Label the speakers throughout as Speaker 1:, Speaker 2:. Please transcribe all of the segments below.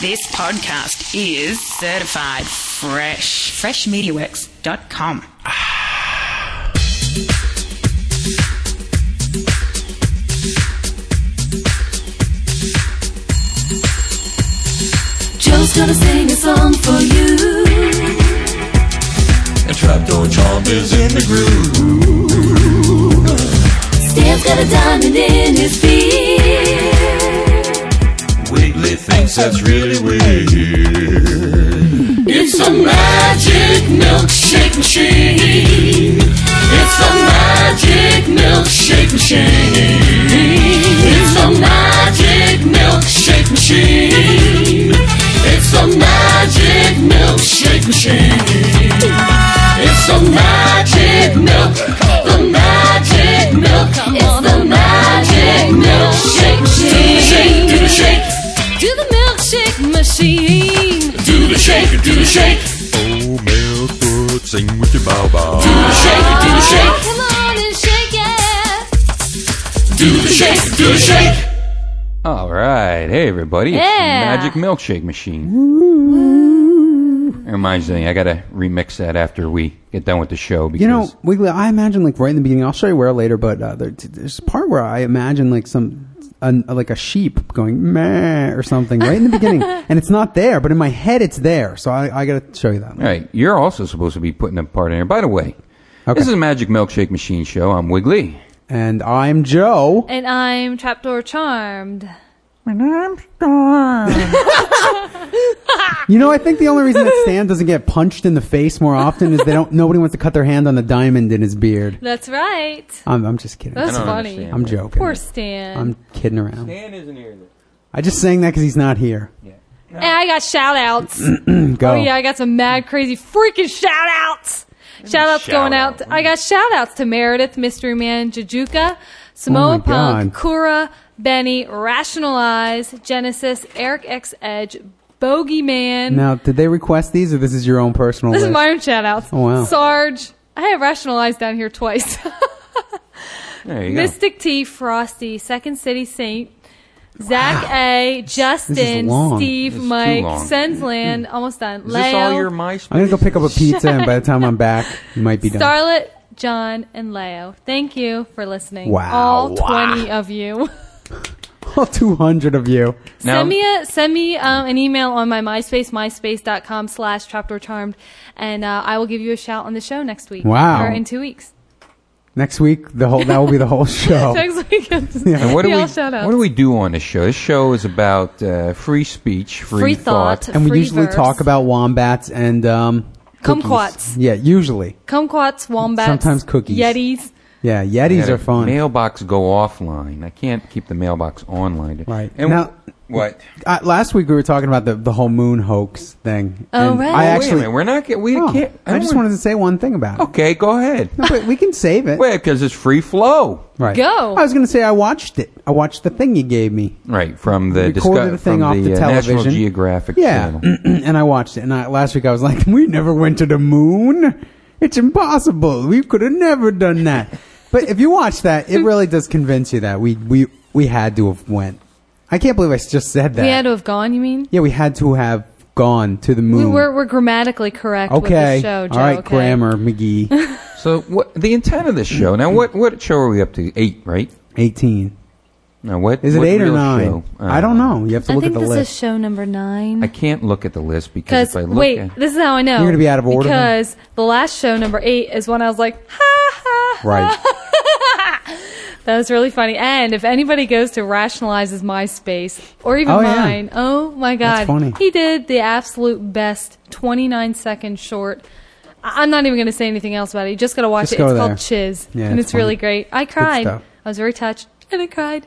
Speaker 1: This podcast is certified fresh. Freshmediaworks.com.
Speaker 2: Joe's gonna sing a song for you.
Speaker 3: And trapdoor chomp is in the groove.
Speaker 2: Stan's got a diamond in his beard.
Speaker 3: Wiggly thinks that's really weird.
Speaker 2: It's a magic milkshake machine. It's a magic milkshake machine. It's a magic milkshake machine. It's a magic milkshake machine. It's a magic milk. The magic milk. It's the magic milkshake machine. Do the shake, do the shake. Do the milkshake machine. Do the shake, do the shake.
Speaker 3: Oh, Milford, sing with your bow bow.
Speaker 2: Do the shake, do the shake.
Speaker 4: Come on and shake it.
Speaker 2: Do the shake, do the shake.
Speaker 5: All right, hey everybody! It's the
Speaker 4: Yeah.
Speaker 5: Magic Milkshake Machine. It reminds me, I gotta remix that after we get done with the show because
Speaker 6: You know, Wiggly, I imagine like right in the beginning. I'll show you where later, but uh, there, there's a part where I imagine like some an, like a sheep going meh or something right in the beginning, and it's not there, but in my head it's there. So I, I got to show you that.
Speaker 5: all right, you're also supposed to be putting a part in here. By the way,
Speaker 6: Okay.
Speaker 5: this is a Magic Milkshake Machine show. I'm Wiggly.
Speaker 6: And I'm Joe.
Speaker 4: And I'm trapdoor charmed.
Speaker 6: You know, I think the only reason that Stan doesn't get punched in the face more often is they don't. Nobody wants to cut their hand on the diamond in his beard.
Speaker 4: That's right.
Speaker 6: I'm, I'm just kidding.
Speaker 4: That's
Speaker 5: I don't
Speaker 4: funny.
Speaker 5: understand.
Speaker 6: I'm joking.
Speaker 4: Poor Stan.
Speaker 6: I'm kidding around.
Speaker 5: Dan isn't here.
Speaker 6: I just sang that because he's not here.
Speaker 4: and I got shout outs.
Speaker 6: Go.
Speaker 4: oh yeah, I got some mad crazy freaking shout outs. Shout outs going out.
Speaker 5: shout-out.
Speaker 4: I got shout outs to Meredith, Mystery Man, Jajuka,
Speaker 6: Oh, my
Speaker 4: Samoa
Speaker 6: God.
Speaker 4: Punk, Kura, Benny, Rationalize, Genesis, Eric X Edge, Bogeyman.
Speaker 6: Now, did they request these, or this is your own personal?
Speaker 4: This
Speaker 6: list?
Speaker 4: is my own shout outs.
Speaker 6: Oh, wow.
Speaker 4: Sarge. I had rationalized down here twice.
Speaker 5: There you
Speaker 4: Mystic T, Frosty, Second City Saint, Zach A, Justin,
Speaker 6: long.
Speaker 4: Steve,
Speaker 5: This is too
Speaker 4: Mike,
Speaker 5: long.
Speaker 4: Sensland, almost done.
Speaker 5: go. Is this all
Speaker 4: Leo,
Speaker 5: your MySpace?
Speaker 6: I'm gonna go pick up a pizza, and by the time I'm back, you might be done.
Speaker 4: Starlet, John, and Leo. Thank you for listening.
Speaker 6: Wow.
Speaker 4: All twenty of you.
Speaker 6: All 200 of you.
Speaker 5: Now-
Speaker 4: send me a send me um, an email on my MySpace, myspace.com slash trapdoorcharmed, and uh, I will give you a shout on the show next week.
Speaker 6: Wow.
Speaker 4: Or in two weeks.
Speaker 6: Next week, the whole that will be the whole show.
Speaker 4: Next week.
Speaker 5: And what do
Speaker 4: Yeah,
Speaker 5: we
Speaker 4: I'll shout out.
Speaker 5: what do we do on this show? This show is about uh, free speech, free,
Speaker 4: Free thought.
Speaker 6: and we
Speaker 4: free
Speaker 6: usually
Speaker 4: verse.
Speaker 6: talk about wombats and um, cookies.
Speaker 4: Kumquats.
Speaker 6: Yeah, usually.
Speaker 4: Kumquats, wombats,
Speaker 6: Sometimes cookies.
Speaker 4: yetis.
Speaker 6: Yeah, yetis
Speaker 5: Yeah,
Speaker 6: are fun.
Speaker 5: Mailbox go offline. I can't keep the mailbox online.
Speaker 6: Right.
Speaker 5: And
Speaker 6: Now-
Speaker 5: what?
Speaker 6: Uh, last week we were talking about the, the whole moon hoax thing.
Speaker 4: Oh,
Speaker 6: and I
Speaker 4: right. Wait a
Speaker 5: Wait a
Speaker 6: actually.
Speaker 5: minute, we're not. get- We
Speaker 6: Oh,
Speaker 5: can't.
Speaker 6: I, just
Speaker 5: don't-
Speaker 6: wanted to say one thing about it.
Speaker 5: Okay, go ahead.
Speaker 6: No, but we can save it.
Speaker 5: Wait, because it's free flow.
Speaker 6: right.
Speaker 4: Go.
Speaker 6: I was going to say I watched it. I watched the thing you gave me.
Speaker 5: Right from the
Speaker 6: Recorded the thing
Speaker 5: from
Speaker 6: off the
Speaker 5: uh, National
Speaker 6: television.
Speaker 5: Geographic
Speaker 6: Yeah,
Speaker 5: channel.
Speaker 6: and I watched it. And I, last week I was like, "We never went to the moon. It's impossible. We could have never done that." But if you watch that, it really does convince you that we we we had to have went. I can't believe I s- just said that.
Speaker 4: We had to have gone, you mean?
Speaker 6: yeah, we had to have gone to the moon.
Speaker 4: We were, we're grammatically correct with
Speaker 6: okay.
Speaker 4: the show, Joe.
Speaker 6: All right,
Speaker 4: okay?
Speaker 6: grammar McGee,
Speaker 5: So what the intent of this show? Now what what show are we up to? Eight, right?
Speaker 6: eighteen.
Speaker 5: Now what
Speaker 6: Is it
Speaker 5: what
Speaker 6: eight or
Speaker 5: real
Speaker 6: nine?
Speaker 5: show?
Speaker 6: I don't know. You have to
Speaker 4: I
Speaker 6: look at
Speaker 4: think
Speaker 6: the
Speaker 4: this
Speaker 6: list.
Speaker 4: is show number
Speaker 5: I
Speaker 4: nine.
Speaker 5: can't look at the list because
Speaker 4: Because,
Speaker 5: if I look
Speaker 4: wait,
Speaker 5: at
Speaker 4: this is how I know.
Speaker 6: You're gonna be out of order then.
Speaker 4: Because the last show, number eight, is when I was like, ha, ha, ha.
Speaker 6: Right.
Speaker 4: That was really funny. And if anybody goes to Rationalize's MySpace or even
Speaker 6: Oh, yeah.
Speaker 4: mine, oh my God.
Speaker 6: That's funny.
Speaker 4: He did the absolute best 29 second short. I- I'm not even going to say anything else about it. You just got to watch
Speaker 6: Just
Speaker 4: it.
Speaker 6: go
Speaker 4: it's
Speaker 6: there.
Speaker 4: called Chiz.
Speaker 6: Yeah,
Speaker 4: and
Speaker 6: it's
Speaker 4: it's, really great. I cried.
Speaker 6: stuff.
Speaker 4: I was very touched and I cried.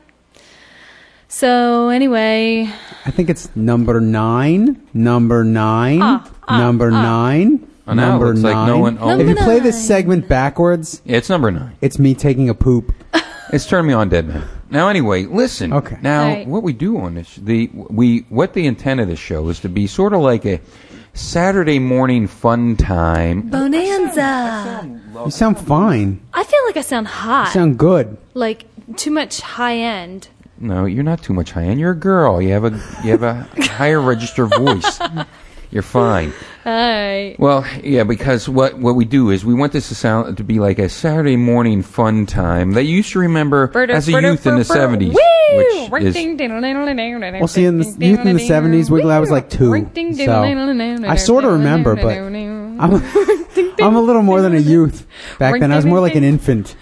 Speaker 4: So, anyway,
Speaker 6: I think it's number nine, number nine,
Speaker 4: Ah, ah,
Speaker 6: number
Speaker 4: ah.
Speaker 6: nine,
Speaker 5: Oh, now it
Speaker 6: number
Speaker 5: looks
Speaker 6: nine.
Speaker 5: like no one owns
Speaker 6: if you
Speaker 4: Number
Speaker 6: play this
Speaker 4: nine.
Speaker 6: segment backwards,
Speaker 5: Yeah, it's number nine.
Speaker 6: it's me taking a poop.
Speaker 5: It's turned me on, dead man. Now, anyway, listen.
Speaker 6: Okay.
Speaker 5: Now,
Speaker 4: Right.
Speaker 5: what we do on this, the we what the intent of this show is to be sort of like a Saturday morning fun time.
Speaker 4: Bonanza.
Speaker 6: You sound fine.
Speaker 4: I feel like I sound hot.
Speaker 6: You sound good.
Speaker 4: like too much high end.
Speaker 5: No, you're not too much high end. You're a girl. You have a you have a higher register voice. You're fine.
Speaker 4: All right.
Speaker 5: Well, yeah, because what what we do is we want this to sound to be like a Saturday morning fun time that you used to remember as a youth in the seventies, which is
Speaker 6: Well, see, in the youth in the 70s, Wiggle I was like two. So I sort of remember, but I'm, I'm a little more than a youth back then. I was more like an infant.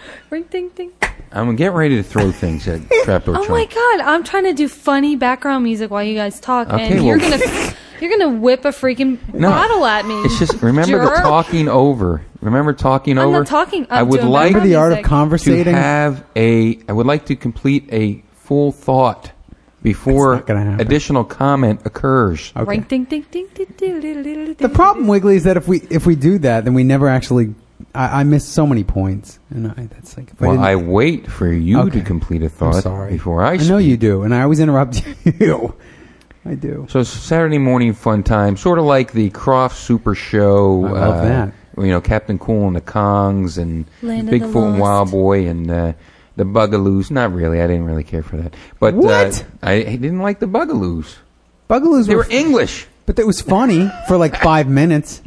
Speaker 5: I'm getting ready to throw things at Trapper
Speaker 4: Oh my god! I'm trying to do funny background music while you guys talk,
Speaker 5: Okay,
Speaker 4: and
Speaker 5: well-
Speaker 4: you're gonna you're gonna whip a freaking bottle at me.
Speaker 5: It's just remember
Speaker 4: jerk.
Speaker 5: the talking over. Remember talking
Speaker 4: I'm
Speaker 5: over.
Speaker 4: not talking. I'm
Speaker 5: I would
Speaker 4: doing
Speaker 5: like
Speaker 6: Remember the art of
Speaker 4: Music.
Speaker 5: to
Speaker 6: conversating?
Speaker 5: have a. I would like to complete a full thought before
Speaker 6: That's not gonna happen.
Speaker 5: additional comment occurs.
Speaker 6: Okay.
Speaker 4: Ring, ding, ding, ding, ding, ding, ding, ding, ding,
Speaker 6: The
Speaker 4: ding.
Speaker 6: problem, Wiggly, is that if we if we do that, then we never actually. I, I miss so many points, and I, that's like. If
Speaker 5: Well,
Speaker 6: didn't-
Speaker 5: I wait for you
Speaker 6: Okay.
Speaker 5: to complete a
Speaker 6: I'm
Speaker 5: thought
Speaker 6: sorry.
Speaker 5: before I.
Speaker 6: I
Speaker 5: Speak.
Speaker 6: know you do, and I always interrupt you. I do.
Speaker 5: So it's Saturday morning fun time, sort of like the Croft Super Show.
Speaker 6: I love
Speaker 5: uh,
Speaker 6: that.
Speaker 5: You know, Captain Cool and the Kongs and
Speaker 4: Land of the
Speaker 5: Bigfoot and
Speaker 4: Lost.
Speaker 5: Wild Boy and uh, the Bugaloos. Not really. I didn't really care for that. But
Speaker 6: What?
Speaker 5: Uh, I, I didn't like the Bugaloos.
Speaker 6: Bugaloos
Speaker 5: They
Speaker 6: were,
Speaker 5: were English.
Speaker 6: but it was funny for like five minutes.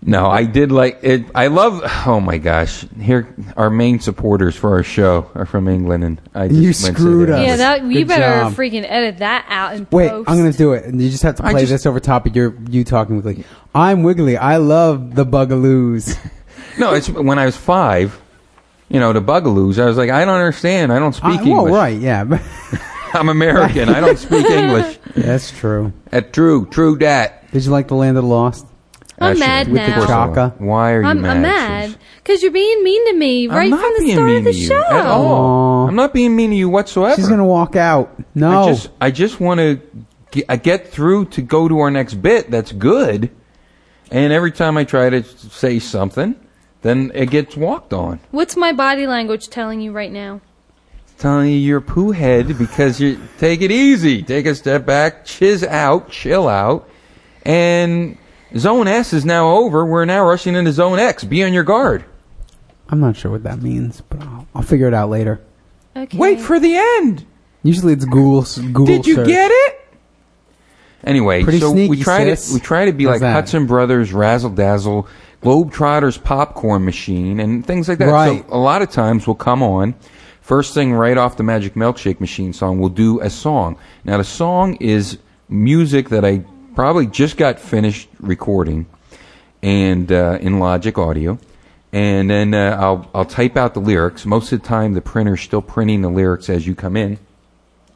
Speaker 5: No, I did like it. I love. Oh my gosh! Here, our main supporters for our show are from England, and I just
Speaker 6: You
Speaker 5: went to
Speaker 6: screwed
Speaker 5: their-
Speaker 6: up.
Speaker 4: Yeah, that you
Speaker 6: Good
Speaker 4: better
Speaker 6: job.
Speaker 4: freaking edit that out and
Speaker 6: Wait,
Speaker 4: post.
Speaker 6: I'm gonna do it, and you just have to
Speaker 5: I
Speaker 6: play
Speaker 5: just-
Speaker 6: this over top of your you talking Wiggly. I'm Wiggly. I love the Bugaloos.
Speaker 5: No, it's when I was five. You know, the Bugaloos. I was like, I don't understand. I don't speak
Speaker 6: I, well,
Speaker 5: English.
Speaker 6: right? Yeah, but-
Speaker 5: I'm American. I don't speak English.
Speaker 6: that's true.
Speaker 5: At true, true dat.
Speaker 6: Did you like the Land of the Lost?
Speaker 4: I'm
Speaker 5: Ashley,
Speaker 4: mad
Speaker 5: of
Speaker 4: now.
Speaker 5: course I
Speaker 6: Chaka.
Speaker 5: am. Why are you
Speaker 4: I'm,
Speaker 5: mad?
Speaker 4: I'm
Speaker 5: Suze?
Speaker 4: mad because you're being mean to me
Speaker 5: I'm
Speaker 4: right
Speaker 5: not
Speaker 4: from the
Speaker 5: being
Speaker 4: start
Speaker 5: mean
Speaker 4: of the
Speaker 5: to you
Speaker 4: show.
Speaker 5: At all. I'm not being mean to you whatsoever.
Speaker 6: She's gonna walk out. No,
Speaker 5: I just, I just want to I get through to go to our next bit. That's good. And every time I try to say something, then it gets walked on.
Speaker 4: What's my body language telling you right now?
Speaker 5: Telling you you're a poo head because you take it easy, take a step back, chiz out, chill out, and zone S is now over. We're now rushing into zone X. Be on your guard.
Speaker 6: I'm not sure what that means, but I'll, I'll figure it out later.
Speaker 4: Okay.
Speaker 5: Wait for the end.
Speaker 6: Usually it's Google. s- Google
Speaker 5: Did you
Speaker 6: search.
Speaker 5: get it? Anyway,
Speaker 6: Pretty
Speaker 5: so we
Speaker 6: sneaky,
Speaker 5: try
Speaker 6: sis.
Speaker 5: to we try to be
Speaker 6: How's
Speaker 5: like
Speaker 6: that?
Speaker 5: Hudson Brothers, Razzle Dazzle, Globetrotters, Popcorn Machine, and things like that.
Speaker 6: Right.
Speaker 5: So a lot of times we'll come on. First thing right off the Magic Milkshake Machine song, we'll do a song. Now the song is music that I probably just got finished recording, and uh, in Logic Audio. And then uh, I'll I'll type out the lyrics. Most of the time, the printer's still printing the lyrics as you come in,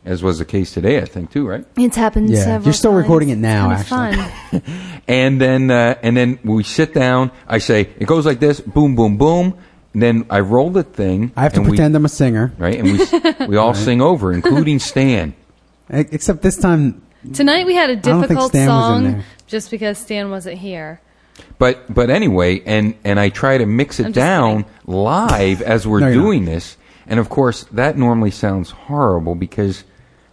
Speaker 5: as was the case today, I think too, right?
Speaker 4: It's happened
Speaker 6: Yeah,
Speaker 4: several
Speaker 6: you're still
Speaker 4: times.
Speaker 6: recording it now,
Speaker 4: It's kinda
Speaker 6: actually.
Speaker 4: fun.
Speaker 5: and then uh, and then we sit down. I say it goes like this: boom, boom, boom. And then I roll the thing.
Speaker 6: I have to
Speaker 5: and we-
Speaker 6: pretend I'm a singer,
Speaker 5: right, and we s- we all sing over, including Stan.
Speaker 6: E- except this time.
Speaker 4: Tonight we had a
Speaker 6: don't think
Speaker 4: difficult
Speaker 6: Stan was in
Speaker 4: song
Speaker 6: there.
Speaker 4: just because Stan wasn't here.
Speaker 5: But but anyway, and and I try to mix it
Speaker 4: I'm just
Speaker 5: down live as we're
Speaker 6: No, you're
Speaker 5: doing this, and of course that normally sounds horrible because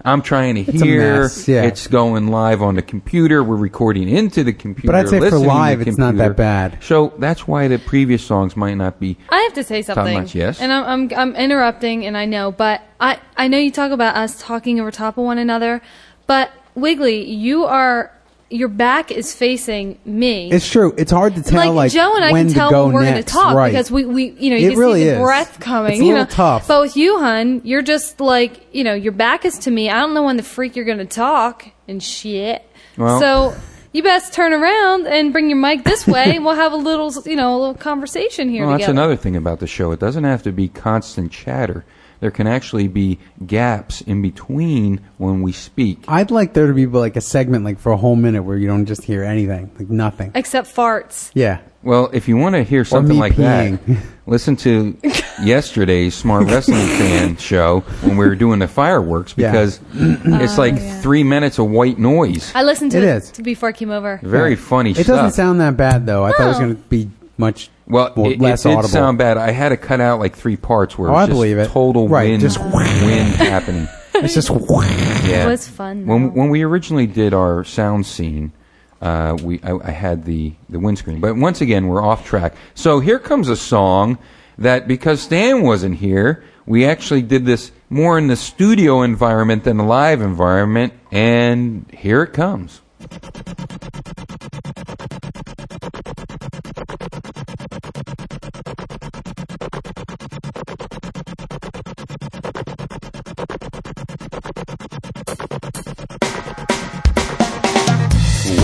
Speaker 5: I'm trying to
Speaker 6: a
Speaker 5: hear.
Speaker 6: mess, yeah.
Speaker 5: It's going live on the computer. We're recording into the computer.
Speaker 6: I'd say for
Speaker 5: listening to the
Speaker 6: live, it's not that
Speaker 5: computer.
Speaker 6: bad.
Speaker 5: So that's why the previous songs might not be.
Speaker 4: I have to say something.
Speaker 5: much, yes?
Speaker 4: And I'm, I'm I'm interrupting, and I know, but I I know you talk about us talking over top of one another, but Wiggly, you are your back is facing me.
Speaker 6: It's true. It's hard to tell.
Speaker 4: like,
Speaker 6: Like,
Speaker 4: Joe and I
Speaker 6: when
Speaker 4: can tell
Speaker 6: to go
Speaker 4: when we're
Speaker 6: next.
Speaker 4: gonna talk
Speaker 6: right.
Speaker 4: because we, we you know
Speaker 6: It
Speaker 4: you can
Speaker 6: really
Speaker 4: see the
Speaker 6: is.
Speaker 4: breath coming.
Speaker 6: It's a
Speaker 4: you
Speaker 6: little
Speaker 4: know?
Speaker 6: tough.
Speaker 4: But with you, hun, you're just like you know your back is to me. I don't know when the freak you're gonna talk and shit.
Speaker 5: Well-
Speaker 4: so you best turn around and bring your mic this way, and we'll have a little you know a little conversation here
Speaker 5: Well, that's
Speaker 4: together.
Speaker 5: another thing about the show. It doesn't have to be constant chatter. There can actually be gaps in between when we speak.
Speaker 6: I'd like there to be like a segment, like for a whole minute, where you don't just hear anything, like nothing.
Speaker 4: Except farts.
Speaker 6: yeah.
Speaker 5: Well, if you want to hear something
Speaker 6: me
Speaker 5: like that,
Speaker 6: peeing.
Speaker 5: listen to yesterday's Smart Wrestling Fan show when we were doing the fireworks
Speaker 6: Yeah.
Speaker 5: because it's
Speaker 4: Oh,
Speaker 5: like three minutes of white noise.
Speaker 4: I listened to
Speaker 6: It
Speaker 4: it,
Speaker 6: is.
Speaker 4: before I came over.
Speaker 5: Very funny
Speaker 6: It
Speaker 5: stuff.
Speaker 6: doesn't sound that bad though. I thought it was
Speaker 4: No.
Speaker 6: going to be much
Speaker 5: well,
Speaker 6: more,
Speaker 5: it, it
Speaker 6: less
Speaker 5: did
Speaker 6: audible.
Speaker 5: sound bad. I had to cut out like three parts where
Speaker 6: Oh,
Speaker 5: it was
Speaker 6: I
Speaker 5: just
Speaker 6: believe it.
Speaker 5: total
Speaker 6: Right,
Speaker 5: wind,
Speaker 6: just
Speaker 5: wind happening.
Speaker 6: It's just
Speaker 5: Yeah.
Speaker 4: was fun,
Speaker 5: When
Speaker 4: though.
Speaker 5: when we originally did our sound scene, uh, we I, I had the the windscreen. But once again, we're off track. So here comes a song that because Stan wasn't here, we actually did this more in the studio environment than the live environment, and here it comes.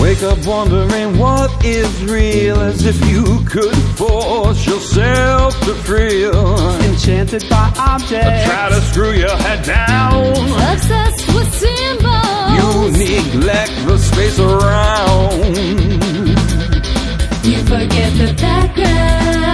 Speaker 5: Wake up wondering what is real as if you could force yourself to feel.
Speaker 7: Enchanted by objects.
Speaker 3: Try to screw your head down.
Speaker 2: Obsessed with
Speaker 5: You
Speaker 2: symbols.
Speaker 5: neglect the space around.
Speaker 2: You forget the background.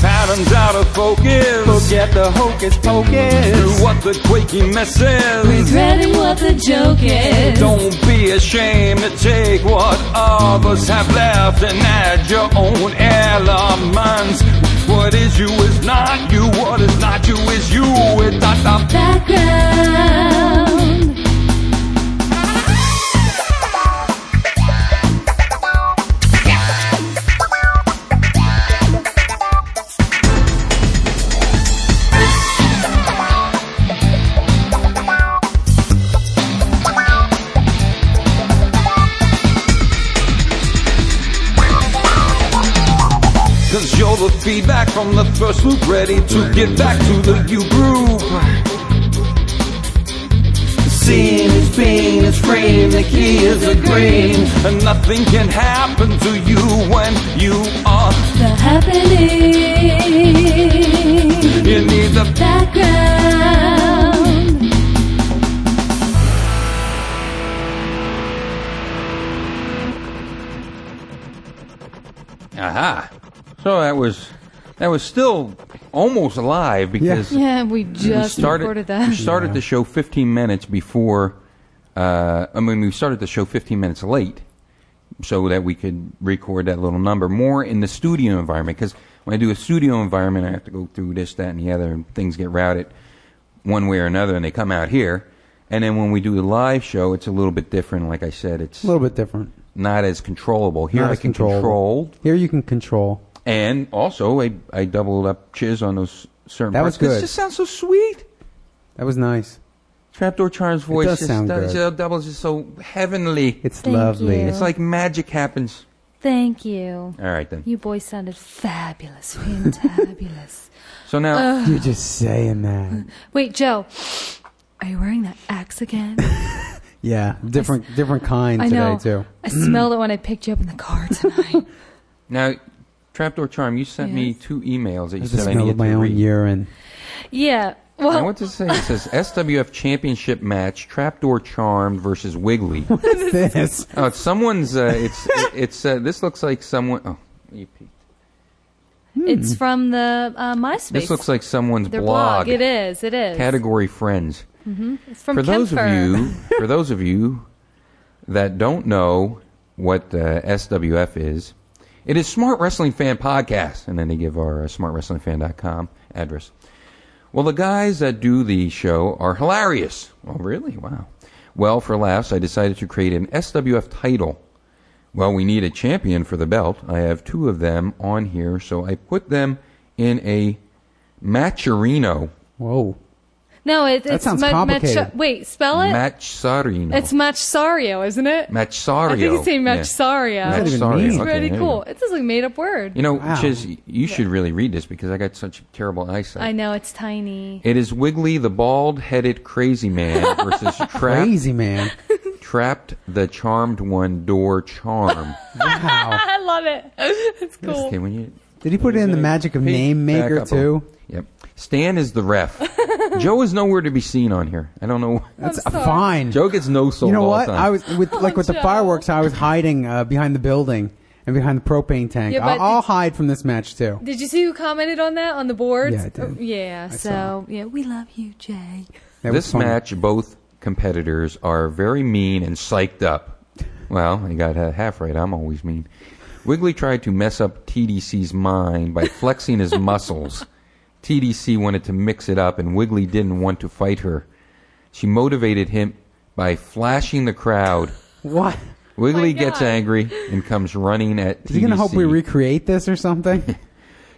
Speaker 5: Patterns out of focus.
Speaker 7: Forget the hocus
Speaker 5: Do
Speaker 7: pocus.
Speaker 5: what the quaking mess is.
Speaker 2: Dreading what the joke is.
Speaker 5: Don't be ashamed to take what others have left and add your own elements. What is you is not you. What is not you is you. It's not the
Speaker 2: Background.
Speaker 5: Cause you're the feedback from the first loop ready to get back to the you groove. Seeing is being is frame, the key is a green. And nothing can happen to you when you are.
Speaker 2: The happening.
Speaker 5: You need the
Speaker 2: Background.
Speaker 5: aha. So that was that was still almost alive because
Speaker 4: Yeah, we just
Speaker 5: we started,
Speaker 4: recorded
Speaker 5: We
Speaker 4: that.
Speaker 5: started the show 15 minutes before. Uh, I mean, we started the show 15 minutes late so that we could record that little number more in the studio environment. Because when I do a studio environment, I have to go through this, that, and the other, and things get routed one way or another, and they come out here. And then when we do the live show, it's a little bit different. Like I said, it's
Speaker 6: A little bit different.
Speaker 5: not as controllable. Here
Speaker 6: Not
Speaker 5: I
Speaker 6: as
Speaker 5: can
Speaker 6: controllable.
Speaker 5: control,
Speaker 6: Here you can control.
Speaker 5: and also I, I doubled up chiz on those certain
Speaker 6: That
Speaker 5: parts.
Speaker 6: was
Speaker 5: 'Cause
Speaker 6: good.
Speaker 5: It just sounds so sweet.
Speaker 6: That was nice.
Speaker 5: Trapdoor Charm's voice
Speaker 6: does
Speaker 5: just
Speaker 6: sound
Speaker 5: does-
Speaker 6: good.
Speaker 5: uh, doubles is so heavenly.
Speaker 6: It's
Speaker 4: Thank
Speaker 6: lovely.
Speaker 4: you.
Speaker 5: It's like magic happens.
Speaker 4: Thank you.
Speaker 5: All right then.
Speaker 4: You boys sounded fabulous, fantabulous.
Speaker 5: So
Speaker 4: Uh,
Speaker 5: now
Speaker 6: You're just saying that.
Speaker 4: Wait, Joe, are you wearing that axe again?
Speaker 6: Yeah, different different kind
Speaker 4: I
Speaker 6: today
Speaker 4: know.
Speaker 6: too.
Speaker 4: I smelled it when I picked you up in the car tonight.
Speaker 5: now Trapdoor Charm, you sent me
Speaker 4: Yes.
Speaker 5: two emails that you
Speaker 6: I
Speaker 5: said I
Speaker 6: smell
Speaker 5: needed
Speaker 6: of my
Speaker 5: to
Speaker 6: own
Speaker 5: read.
Speaker 6: urine.
Speaker 4: yeah.
Speaker 5: Now
Speaker 4: Well,
Speaker 5: what does it say? It says SWF Championship Match Trapdoor Charm versus Wiggly.
Speaker 6: this.
Speaker 5: oh, it's someone's. Uh, it's it's. Uh, this looks like someone. Oh, you peeked.
Speaker 4: it's from the uh, MySpace.
Speaker 5: Hmm. This looks like someone's
Speaker 4: their
Speaker 5: blog.
Speaker 4: It is. It is.
Speaker 5: Category friends.
Speaker 4: It's from
Speaker 5: for those of
Speaker 4: Kemper.
Speaker 5: you for those of you that don't know what uh, SWF is, it is Smart Wrestling Fan Podcast, and then they give our uh, smartwrestlingfan.com address. Well, the guys that do the show are hilarious. Oh, really? Wow. Well, for laughs, I decided to create an SWF title. Well, we need a champion for the belt. I have two of them on here, so I put them in a matcherino.
Speaker 6: Whoa.
Speaker 4: No, it, it's
Speaker 6: sounds
Speaker 4: ma- macha-
Speaker 6: complicated.
Speaker 4: wait, spell it.
Speaker 5: Matcharino.
Speaker 4: it's Machsario, isn't it?
Speaker 5: Matsario.
Speaker 4: I think it's saying
Speaker 5: Yeah.
Speaker 4: Machsario.
Speaker 5: Matsario.
Speaker 6: That's what it means.
Speaker 4: It's
Speaker 5: Okay,
Speaker 4: pretty
Speaker 5: there you
Speaker 4: cool.
Speaker 5: go.
Speaker 4: It's just like made up word.
Speaker 5: You know,
Speaker 6: Wow.
Speaker 5: Chiz, you should really read this because I got such terrible eyesight.
Speaker 4: I know it's tiny.
Speaker 5: It is Wiggly the bald-headed crazy man versus trapped,
Speaker 6: Crazy man.
Speaker 5: trapped the charmed one door charm.
Speaker 6: Wow.
Speaker 4: I love it. It's cool.
Speaker 5: Okay, when you
Speaker 6: Did he put it in the magic of
Speaker 5: Pete,
Speaker 6: name
Speaker 5: back
Speaker 6: maker
Speaker 5: up a little.
Speaker 6: too?
Speaker 5: Yep. Stan is the ref. Joe is nowhere to be seen on here. I don't know.
Speaker 6: That's
Speaker 4: I'm sorry.
Speaker 6: fine.
Speaker 5: Joe gets no soul.
Speaker 6: You know
Speaker 5: all
Speaker 6: what?
Speaker 5: The
Speaker 6: I
Speaker 5: time.
Speaker 6: was with like with the
Speaker 4: Joe.
Speaker 6: fireworks. I was hiding uh, behind the building and behind the propane tank.
Speaker 4: Yeah,
Speaker 6: I'll,
Speaker 4: but
Speaker 6: I'll
Speaker 4: did-
Speaker 6: hide from this match too.
Speaker 4: Did you see who commented on that on the board?
Speaker 6: Yeah, I did.
Speaker 4: yeah.
Speaker 6: saw
Speaker 4: So yeah, we love you, Jay.
Speaker 6: That was
Speaker 5: this
Speaker 6: funny.
Speaker 5: match, both competitors are very mean and psyched up. Well, you got uh, half right. I'm always mean. Wiggly tried to mess up TDC's mind by flexing his muscles. TDC wanted to mix it up, and Wiggly didn't want to fight her. She motivated him by flashing the crowd.
Speaker 6: What?
Speaker 5: Wiggly
Speaker 4: God.
Speaker 5: gets angry and comes running at.
Speaker 6: Is he going to hope we
Speaker 5: TDC.
Speaker 6: recreate this or something?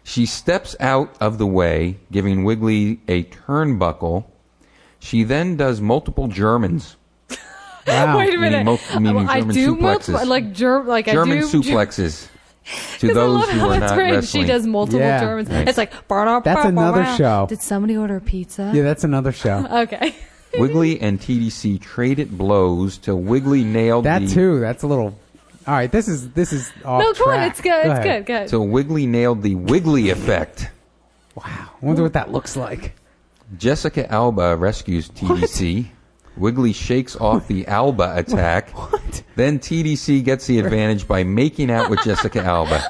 Speaker 5: She steps out of the way, giving Wiggly a turnbuckle. She then does multiple Germans.
Speaker 6: Wow.
Speaker 4: Wait a
Speaker 5: Meaning
Speaker 4: minute.
Speaker 5: mul- meaning
Speaker 4: Well, I
Speaker 5: German
Speaker 4: do
Speaker 5: suplexes.
Speaker 4: multiple, like germ, like
Speaker 5: German
Speaker 4: I do
Speaker 5: suplexes to
Speaker 4: Because I love
Speaker 5: those who
Speaker 4: how
Speaker 5: are
Speaker 4: it's
Speaker 5: not
Speaker 4: written.
Speaker 5: wrestling.
Speaker 4: She does multiple
Speaker 6: Yeah.
Speaker 4: Germans.
Speaker 5: Right.
Speaker 4: It's like
Speaker 6: That's another show.
Speaker 4: Did somebody order a pizza?
Speaker 6: Yeah, that's another show.
Speaker 4: Okay.
Speaker 5: Wiggly and TDC traded blows till Wiggly nailed
Speaker 6: That
Speaker 5: the
Speaker 6: too. That's a little. All right, this is this is off
Speaker 4: no, come on.
Speaker 6: track.
Speaker 4: It's good.
Speaker 6: Oh, Go
Speaker 4: it's
Speaker 6: ahead.
Speaker 4: good. Good.
Speaker 5: till Wiggly nailed the Wiggly effect.
Speaker 6: Wow. I wonder what that looks like.
Speaker 5: Jessica Alba rescues TDC. Wiggly shakes off the Alba attack.
Speaker 6: What?
Speaker 5: Then TDC gets the advantage by making out with Jessica Alba.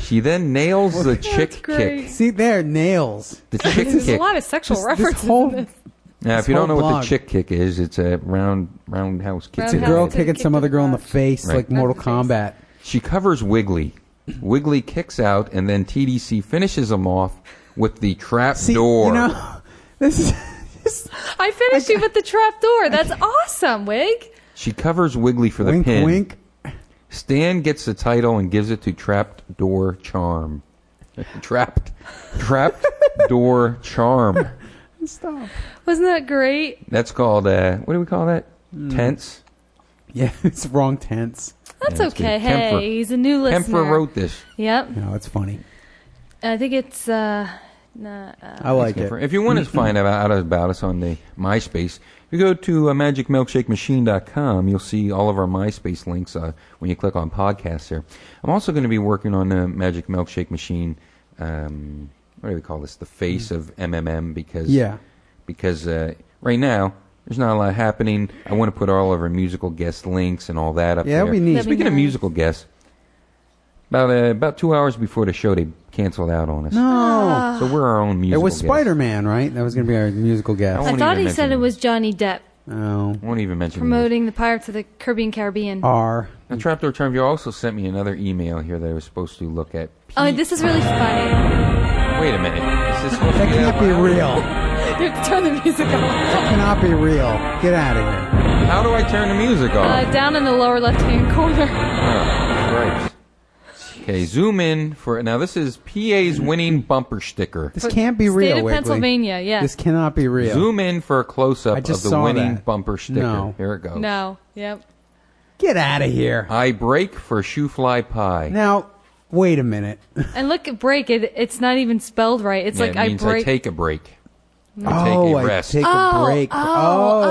Speaker 5: She then nails the chick
Speaker 4: great.
Speaker 5: kick.
Speaker 6: See there, nails.
Speaker 5: The chick
Speaker 4: There's
Speaker 5: kick.
Speaker 4: a lot of sexual
Speaker 6: This- this
Speaker 4: references. in
Speaker 6: whole-
Speaker 4: this.
Speaker 5: Now,
Speaker 6: this
Speaker 5: if you don't know
Speaker 6: whole
Speaker 5: what
Speaker 6: blog.
Speaker 5: the chick kick is, it's a round roundhouse kick.
Speaker 6: It's a
Speaker 4: Roundhouse
Speaker 6: girl
Speaker 4: kick.
Speaker 6: kicking some other girl in the face,
Speaker 5: Right.
Speaker 6: like Mortal
Speaker 4: That's the
Speaker 6: Kombat.
Speaker 5: She covers Wiggly. Wiggly kicks out, and then TDC finishes him off with the trap
Speaker 6: See,
Speaker 5: door.
Speaker 6: you know, this is. this-
Speaker 4: I finished you with the trap door. That's awesome, Wig.
Speaker 5: She covers Wiggly for the
Speaker 6: wink,
Speaker 5: pin.
Speaker 6: wink.
Speaker 5: Stan gets the title and gives it to Trapped Door Charm. trapped, Trapped Door Charm.
Speaker 6: Stop.
Speaker 4: Wasn't that great?
Speaker 5: That's called uh, what do we call that?
Speaker 6: Hmm.
Speaker 5: Tense.
Speaker 6: Yeah, it's wrong tense.
Speaker 4: That's
Speaker 5: Yeah, it's
Speaker 4: okay.
Speaker 5: good.
Speaker 4: Hey,
Speaker 5: Kemper.
Speaker 4: he's a new listener.
Speaker 5: Kemper wrote this.
Speaker 4: Yep.
Speaker 6: No, it's funny.
Speaker 4: I think it's uh, not, uh
Speaker 6: I like it.
Speaker 5: Kemper. If you want to find out out about us on the MySpace, if you go to uh, magicmilkshakemachine.com, you'll see all of our MySpace links uh, when you click on podcasts there. I'm also going to be working on the Magic Milkshake Machine. Um, what do we call this? The face of MMM because
Speaker 6: Yeah.
Speaker 5: because uh, right now there's not a lot happening. I want to put all of our musical guest links and all that up
Speaker 6: Yeah,
Speaker 5: there.
Speaker 6: that'd be neat. That'd
Speaker 4: be
Speaker 5: Speaking of
Speaker 4: nice.
Speaker 5: musical guests, about uh, about two hours before the show, they canceled out on us.
Speaker 6: No.
Speaker 5: So we're our own
Speaker 6: Oh. It
Speaker 5: musical.
Speaker 6: was
Speaker 5: guest.
Speaker 6: Spider Man, right? That was going to be our musical
Speaker 5: I
Speaker 6: guest.
Speaker 4: I
Speaker 5: won't
Speaker 4: thought
Speaker 5: even
Speaker 4: he
Speaker 5: mention
Speaker 4: said it
Speaker 5: him.
Speaker 4: was Johnny Depp
Speaker 6: Oh.
Speaker 5: Won't even mention
Speaker 4: promoting the Pirates of the Caribbean Caribbean.
Speaker 6: R.
Speaker 5: The trapdoor charm. You also sent me another email here that I was supposed to look at.
Speaker 4: oh, this is really funny.
Speaker 5: Wait a minute. Is this supposed to
Speaker 6: That
Speaker 5: be
Speaker 6: can't be
Speaker 5: loud?
Speaker 6: real.
Speaker 4: You have to turn the music off.
Speaker 6: That cannot be real. Get out of here.
Speaker 5: How do I turn the music off?
Speaker 4: Uh, down in the lower left-hand corner.
Speaker 5: Oh, Christ. Okay, zoom in for now. This is PA's winning bumper sticker.
Speaker 6: This can't be real.
Speaker 4: State of
Speaker 6: Wiggly.
Speaker 4: Pennsylvania. Yeah.
Speaker 6: This cannot be real.
Speaker 5: Zoom in for a close up
Speaker 6: I
Speaker 5: of
Speaker 6: just
Speaker 5: the
Speaker 6: saw
Speaker 5: winning
Speaker 6: that.
Speaker 5: bumper sticker.
Speaker 6: No.
Speaker 5: Here it goes.
Speaker 4: no. Yep.
Speaker 6: Get out of here.
Speaker 5: I break for shoe fly pie.
Speaker 6: Now, wait a minute.
Speaker 4: And look at break. It, it's not even spelled right. It's
Speaker 5: Yeah,
Speaker 4: like
Speaker 5: it
Speaker 4: I
Speaker 5: means
Speaker 4: break.
Speaker 5: I take a break. I
Speaker 6: oh,
Speaker 5: take a rest.
Speaker 6: I take
Speaker 4: Oh,
Speaker 6: a break.
Speaker 4: oh,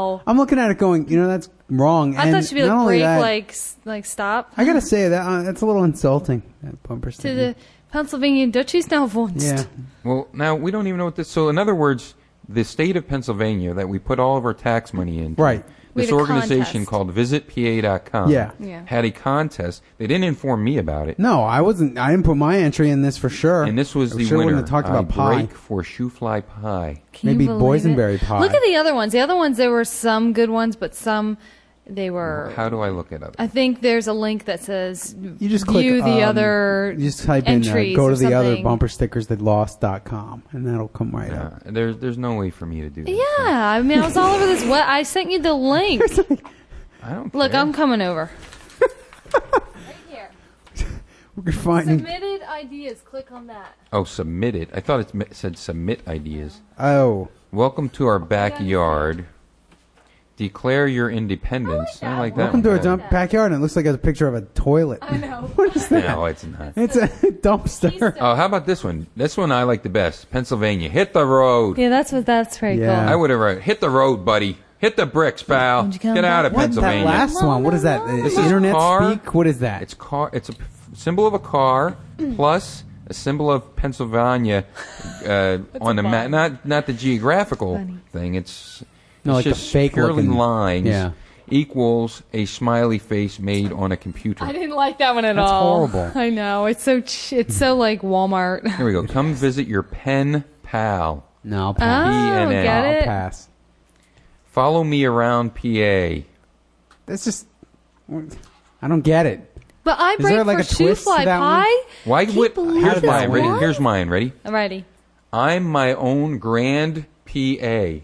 Speaker 4: oh.
Speaker 6: I'm looking at it going, you know, that's wrong.
Speaker 4: I
Speaker 6: and
Speaker 4: thought she'd be
Speaker 6: not
Speaker 4: like
Speaker 6: only
Speaker 4: break,
Speaker 6: that,
Speaker 4: like s- like stop.
Speaker 6: I gotta say that uh, that's a little insulting. That bumper
Speaker 4: to
Speaker 6: sticker.
Speaker 4: the Pennsylvania Dutchies now once.
Speaker 6: yeah.
Speaker 5: Well, now we don't even know what this. So, in other words, the state of Pennsylvania that we put all of our tax money into.
Speaker 6: Right.
Speaker 4: We
Speaker 5: This
Speaker 4: had a
Speaker 5: organization
Speaker 4: contest.
Speaker 5: called VisitPA.com
Speaker 6: Yeah.
Speaker 4: Yeah.
Speaker 5: had a contest. They didn't inform me about it,
Speaker 6: No, I wasn't. I didn't put my entry in this for sure.
Speaker 5: and this was
Speaker 6: I
Speaker 5: the
Speaker 6: sure
Speaker 5: winner.
Speaker 6: Wouldn't have talked about
Speaker 5: I
Speaker 6: pie.
Speaker 5: break for shoe fly pie.
Speaker 4: Can you
Speaker 6: Maybe
Speaker 4: believe it?
Speaker 6: boysenberry pie.
Speaker 4: Look at the other ones. The other ones there were some good ones, but some they were.
Speaker 5: How do I look it up?
Speaker 4: I think there's a link that says
Speaker 6: You just click
Speaker 4: view the
Speaker 6: um,
Speaker 4: other.
Speaker 6: You just type in uh,
Speaker 4: entries
Speaker 6: go to
Speaker 4: or
Speaker 6: the other
Speaker 4: something.
Speaker 6: bumper stickers that lost.com and that'll come right
Speaker 5: Uh,
Speaker 6: up.
Speaker 5: there's there's no way for me to do that.
Speaker 4: Yeah, I mean, I was all over this. What I sent you the link.
Speaker 5: I don't.
Speaker 4: Look,
Speaker 5: care.
Speaker 4: I'm coming over.
Speaker 6: We're finding.
Speaker 4: Submitted ideas. Click on that.
Speaker 5: Oh, submit it. I thought it mi- said submit ideas.
Speaker 6: Oh,
Speaker 5: Welcome to our backyard. Declare your independence. I like that.
Speaker 6: welcome to
Speaker 5: one
Speaker 6: a dump
Speaker 5: better.
Speaker 6: backyard. And it looks like a picture of a toilet.
Speaker 4: know.
Speaker 6: what is that?
Speaker 5: No, it's not.
Speaker 6: It's a dumpster.
Speaker 5: Oh, how about this one? This one I like the best. Pennsylvania. Hit the road.
Speaker 4: Yeah, that's what. That's very
Speaker 6: Yeah.
Speaker 5: I would have wrote, hit the road, buddy. Hit the bricks, pal.
Speaker 4: Won't you come
Speaker 5: Get out
Speaker 4: back?
Speaker 5: of
Speaker 6: What
Speaker 5: Pennsylvania.
Speaker 6: that last one? What is that?
Speaker 4: This
Speaker 5: is
Speaker 6: Internet
Speaker 5: car.
Speaker 6: speak? What is that?
Speaker 5: It's car. It's a p- symbol of a car plus a symbol of Pennsylvania uh, on the map. Not not the geographical
Speaker 4: Funny.
Speaker 5: thing. It's it's
Speaker 6: No, like the
Speaker 5: just
Speaker 6: fake
Speaker 5: purely
Speaker 6: looking-
Speaker 5: lines
Speaker 6: Yeah.
Speaker 5: equals a smiley face made on a computer.
Speaker 4: I didn't like that one at
Speaker 6: That's
Speaker 4: all.
Speaker 6: horrible. Hmm.
Speaker 4: I know. It's so. Ch- it's so like Walmart. Oh,
Speaker 5: Here we go. Come visit your pen pal.
Speaker 6: no, I'll
Speaker 4: Oh,
Speaker 6: pass.
Speaker 5: DNA.
Speaker 4: get
Speaker 6: I'll
Speaker 4: it?
Speaker 6: pass.
Speaker 5: Follow me around PA.
Speaker 6: That's just. I don't get it.
Speaker 4: But I break
Speaker 6: there, like,
Speaker 4: for
Speaker 6: a
Speaker 4: shoe
Speaker 6: twist to
Speaker 4: fly
Speaker 6: that one?
Speaker 4: pie.
Speaker 5: Why
Speaker 4: Can you
Speaker 5: would
Speaker 4: believe
Speaker 5: here's
Speaker 4: this
Speaker 5: mine ready?
Speaker 4: one?
Speaker 5: Here's mine ready.
Speaker 4: Alrighty.
Speaker 5: I'm my own grand PA.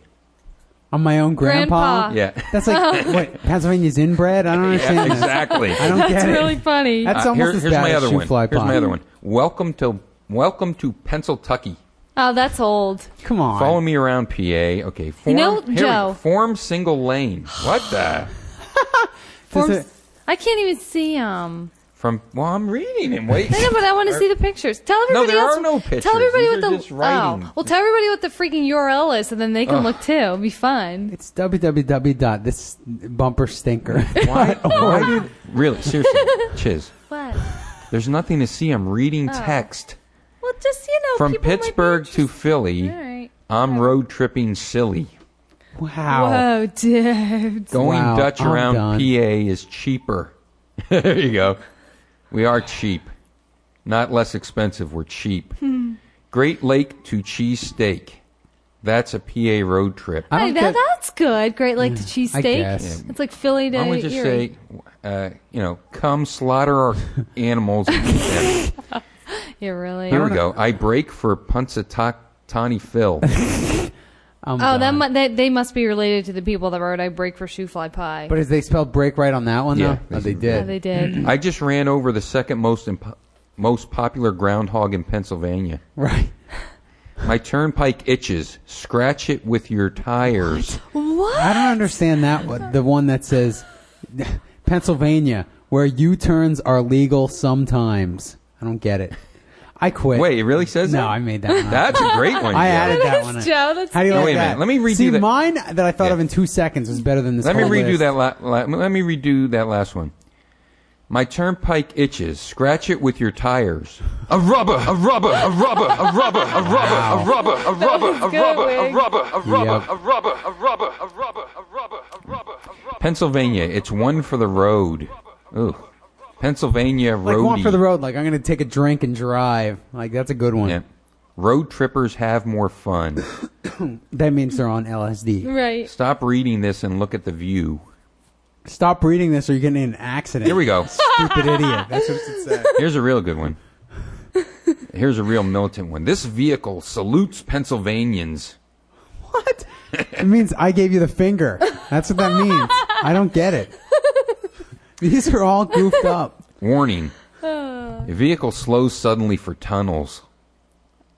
Speaker 6: I'm my own grandpa.
Speaker 4: Grandpa.
Speaker 5: Yeah.
Speaker 6: That's like what Pennsylvania's inbred. I don't understand.
Speaker 5: Yeah,
Speaker 6: that.
Speaker 5: exactly.
Speaker 6: I don't
Speaker 4: That's
Speaker 6: get it.
Speaker 4: really funny.
Speaker 6: That's
Speaker 5: Uh,
Speaker 6: almost
Speaker 5: here-
Speaker 6: as
Speaker 5: here's
Speaker 6: bad
Speaker 5: my
Speaker 6: as
Speaker 5: other
Speaker 6: shoe
Speaker 5: one.
Speaker 6: fly
Speaker 5: here's my
Speaker 6: pie.
Speaker 5: other one. Welcome to Welcome to Pennsyltucky.
Speaker 4: oh, that's old.
Speaker 6: Come on.
Speaker 5: Follow me around, PA. Okay. Form,
Speaker 4: know,
Speaker 5: here we
Speaker 4: Joe-
Speaker 5: go. Form single lane. What the?
Speaker 4: Forms,
Speaker 6: it-
Speaker 4: I can't even see um, them.
Speaker 5: From well, I'm reading him. Wait.
Speaker 4: I know, but I want to see the pictures. Tell
Speaker 5: No,
Speaker 4: everybody.
Speaker 5: there
Speaker 4: else,
Speaker 5: are no
Speaker 4: Tell
Speaker 5: pictures.
Speaker 4: everybody
Speaker 5: These
Speaker 4: what
Speaker 5: are
Speaker 4: the
Speaker 5: just writing.
Speaker 4: oh, well, tell everybody what the freaking URL is, and then they can
Speaker 5: Ugh.
Speaker 4: look too. It'll be fun.
Speaker 6: It's www.thisbumperstinker.
Speaker 5: why, why did really seriously, Chiz?
Speaker 4: What?
Speaker 5: There's nothing to see. I'm reading text
Speaker 4: Oh. Well, just you know,
Speaker 5: from
Speaker 4: people might be
Speaker 5: Pittsburgh to
Speaker 4: interested.
Speaker 5: Philly.
Speaker 4: All right.
Speaker 5: I'm road tripping silly.
Speaker 6: wow.
Speaker 4: Whoa, dude.
Speaker 5: Going
Speaker 6: Wow,
Speaker 5: Dutch
Speaker 6: I'm
Speaker 5: around
Speaker 6: done.
Speaker 5: PA is cheaper. there you go. We are cheap. Not less expensive. We're cheap. Great Lake to cheesesteak. That's a PA road trip.
Speaker 6: I
Speaker 5: I,
Speaker 6: don't
Speaker 4: Hey, that,
Speaker 6: get-
Speaker 4: that's good. Great Lake to
Speaker 6: I
Speaker 4: cheesesteak.
Speaker 6: guess.
Speaker 4: It's like Philly to
Speaker 5: would just
Speaker 4: Erie.
Speaker 5: say, uh, you know, come slaughter our animals. and eat them.
Speaker 4: yeah, really.
Speaker 5: Here we go. I break for Punxsutawney Phil.
Speaker 6: I'm
Speaker 4: Oh, that
Speaker 6: done.
Speaker 4: mu- they, they must be related to the people that wrote "I break for shoe fly pie."
Speaker 6: But is they spelled break right on that one
Speaker 5: Yeah,
Speaker 6: though? Oh,
Speaker 5: they did.
Speaker 6: they did.
Speaker 4: yeah, they did.
Speaker 5: I just ran over the second most imp- most popular groundhog in Pennsylvania.
Speaker 6: Right.
Speaker 5: My turnpike itches. Scratch it with your tires.
Speaker 4: what?
Speaker 6: I don't understand that one. The one that says Pennsylvania, where U turns are legal sometimes. I don't get it. I quit.
Speaker 5: Wait, it really says
Speaker 6: No,
Speaker 5: that?
Speaker 6: I made that one. up.
Speaker 5: That's a great one.
Speaker 6: I
Speaker 5: Joe.
Speaker 6: added that
Speaker 4: That's
Speaker 6: one.
Speaker 4: Joe, that's
Speaker 6: How do you
Speaker 4: good.
Speaker 6: like
Speaker 5: Wait a minute,
Speaker 6: that?
Speaker 5: let me redo
Speaker 6: See,
Speaker 5: that-
Speaker 6: mine that I thought
Speaker 5: Yeah.
Speaker 6: of in two seconds was better than this.
Speaker 5: Let me
Speaker 6: whole
Speaker 5: redo
Speaker 6: list.
Speaker 5: that. La- la- let me redo that last one. My turnpike itches. Scratch it with your tires. A rubber, a rubber, a rubber, a rubber, a rubber, a rubber, a rubber, a
Speaker 4: good,
Speaker 5: rubber, a
Speaker 4: Wig.
Speaker 5: rubber, a rubber,
Speaker 6: Yep.
Speaker 5: a rubber, a rubber, a rubber, a rubber, a rubber, a rubber. Pennsylvania, it's one for the road. Ooh, Pennsylvania
Speaker 6: Like
Speaker 5: roadie.
Speaker 6: one for the road. Like I'm going to take a drink and drive. Like that's a good one.
Speaker 5: Yeah. Road trippers have more fun.
Speaker 6: That means they're on LSD.
Speaker 4: Right.
Speaker 5: Stop reading this and look at the view.
Speaker 6: Stop reading this, or you're getting in an accident.
Speaker 5: Here we go.
Speaker 6: Stupid idiot. That's what it said.
Speaker 5: Here's a real good one. Here's a real militant one. This vehicle salutes Pennsylvanians.
Speaker 6: What? It means I gave you the finger. That's what that means. I don't get it. These are all goofed up.
Speaker 5: Warning. A vehicle slows suddenly for tunnels.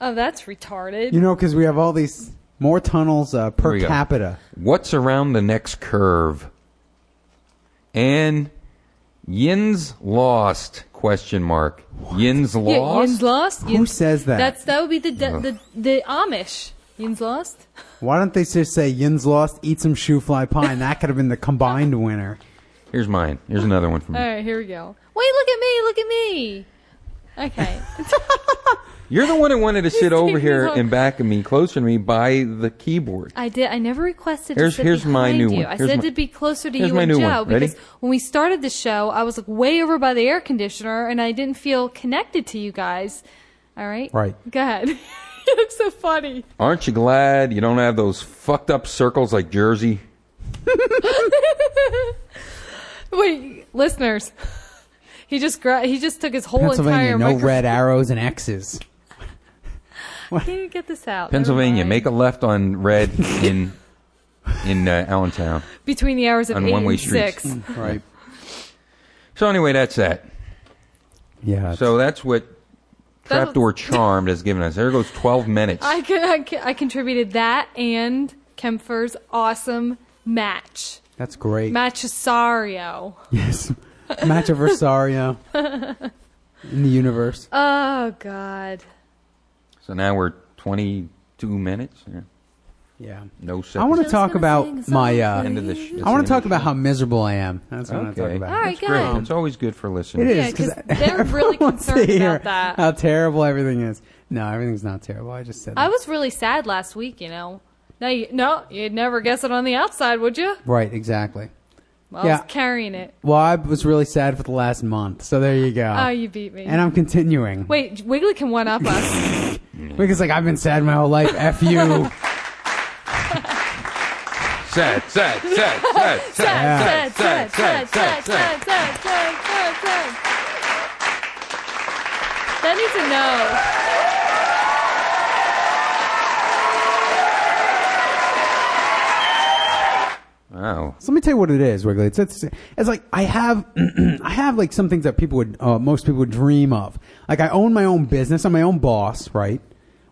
Speaker 4: Oh, that's retarded.
Speaker 6: You know, because we have all these more tunnels
Speaker 5: Here
Speaker 6: uh,
Speaker 5: we
Speaker 6: per
Speaker 5: go.
Speaker 6: capita.
Speaker 5: What's around the next curve? And Yin's lost question mark. Yin's
Speaker 4: Yeah,
Speaker 5: lost?
Speaker 4: Yin's lost.
Speaker 6: Who says that?
Speaker 4: That's that would be the the, the, the Amish. Yin's lost.
Speaker 6: Why don't they just say Yin's lost, eat some shoe fly pie, and that could have been the combined winner.
Speaker 5: Here's mine. Here's another one from
Speaker 4: All
Speaker 5: me.
Speaker 4: right, here we go. Wait, look at me. Look at me. Okay.
Speaker 5: You're the one who wanted to sit over
Speaker 4: taking
Speaker 5: here
Speaker 4: his own-
Speaker 5: and back of me, closer to me, by the keyboard.
Speaker 4: I did. I never requested.
Speaker 5: Here's-
Speaker 4: to sit
Speaker 5: here's my
Speaker 4: behind
Speaker 5: new
Speaker 4: you.
Speaker 5: one.
Speaker 4: I
Speaker 5: Here's
Speaker 4: said
Speaker 5: my-
Speaker 4: to be closer to
Speaker 5: here's
Speaker 4: you
Speaker 5: my
Speaker 4: and
Speaker 5: new one.
Speaker 4: Joe
Speaker 5: Ready?
Speaker 4: because when we started the show, I was like way over by the air conditioner and I didn't feel connected to you guys. All right.
Speaker 6: Right.
Speaker 4: Go ahead. you look so funny.
Speaker 5: Aren't you glad you don't have those fucked up circles like Jersey?
Speaker 4: Wait, listeners. He just gra- he just took his whole
Speaker 6: Pennsylvania,
Speaker 4: entire
Speaker 6: no
Speaker 4: microphone.
Speaker 6: red arrows and X's.
Speaker 4: Can you get this out? Never
Speaker 5: Pennsylvania,
Speaker 4: mind.
Speaker 5: make a left on red in in uh, Allentown.
Speaker 4: between the hours of
Speaker 5: on
Speaker 4: eight
Speaker 5: one-way
Speaker 4: and
Speaker 5: streets.
Speaker 4: six.
Speaker 6: Right.
Speaker 5: So anyway, that's that.
Speaker 6: Yeah.
Speaker 5: So that's what
Speaker 4: That's-
Speaker 5: Trapdoor Charmed has given us. There goes 12 minutes.
Speaker 4: I, con- I, con- I contributed that and Kempfer's awesome match.
Speaker 6: that's great.
Speaker 4: Matchasario.
Speaker 6: yes. Match of Rosario in the universe.
Speaker 4: Oh, God.
Speaker 5: So now we're 22 minutes. Yeah.
Speaker 6: Yeah.
Speaker 5: No seconds.
Speaker 6: I want to talk about my. Uh,
Speaker 5: End of the sh-
Speaker 6: I
Speaker 5: that's
Speaker 6: want to
Speaker 5: the
Speaker 6: talk
Speaker 5: end
Speaker 6: about how miserable I am. That's what I want to talk
Speaker 5: Okay.
Speaker 6: about.
Speaker 4: All right,
Speaker 5: It's great.
Speaker 4: good.
Speaker 5: It's always good for listeners.
Speaker 6: It is
Speaker 4: Yeah, 'cause they're really
Speaker 6: everyone wants to
Speaker 4: concerned about
Speaker 6: hear
Speaker 4: that.
Speaker 6: How terrible everything is. No, everything's not terrible. I just said.
Speaker 4: I
Speaker 6: that.
Speaker 4: was really sad last week, you know. No, you, no, you'd never guess it on the outside, would you?
Speaker 6: right, exactly.
Speaker 4: Well, I
Speaker 6: Yeah.
Speaker 4: was carrying it.
Speaker 6: Well, I was really sad for the last month, so there you go.
Speaker 4: Oh, you beat me.
Speaker 6: and I'm continuing.
Speaker 4: Wait, Wiggly can one up us.
Speaker 6: Because like I've been sad my whole life. F you.
Speaker 5: Sad, sad, sad, sad, sad.
Speaker 4: Sad,
Speaker 5: Sad,
Speaker 4: sad,
Speaker 5: sad, sad,
Speaker 4: sad, sad, sad, sad, sad, sad, sad. That needs a no.
Speaker 6: So let me tell you what it is, Wiggly. It's it's, it's like I have I have like some things that people would uh, most people would dream of. Like I own my own business. I'm my own boss, right?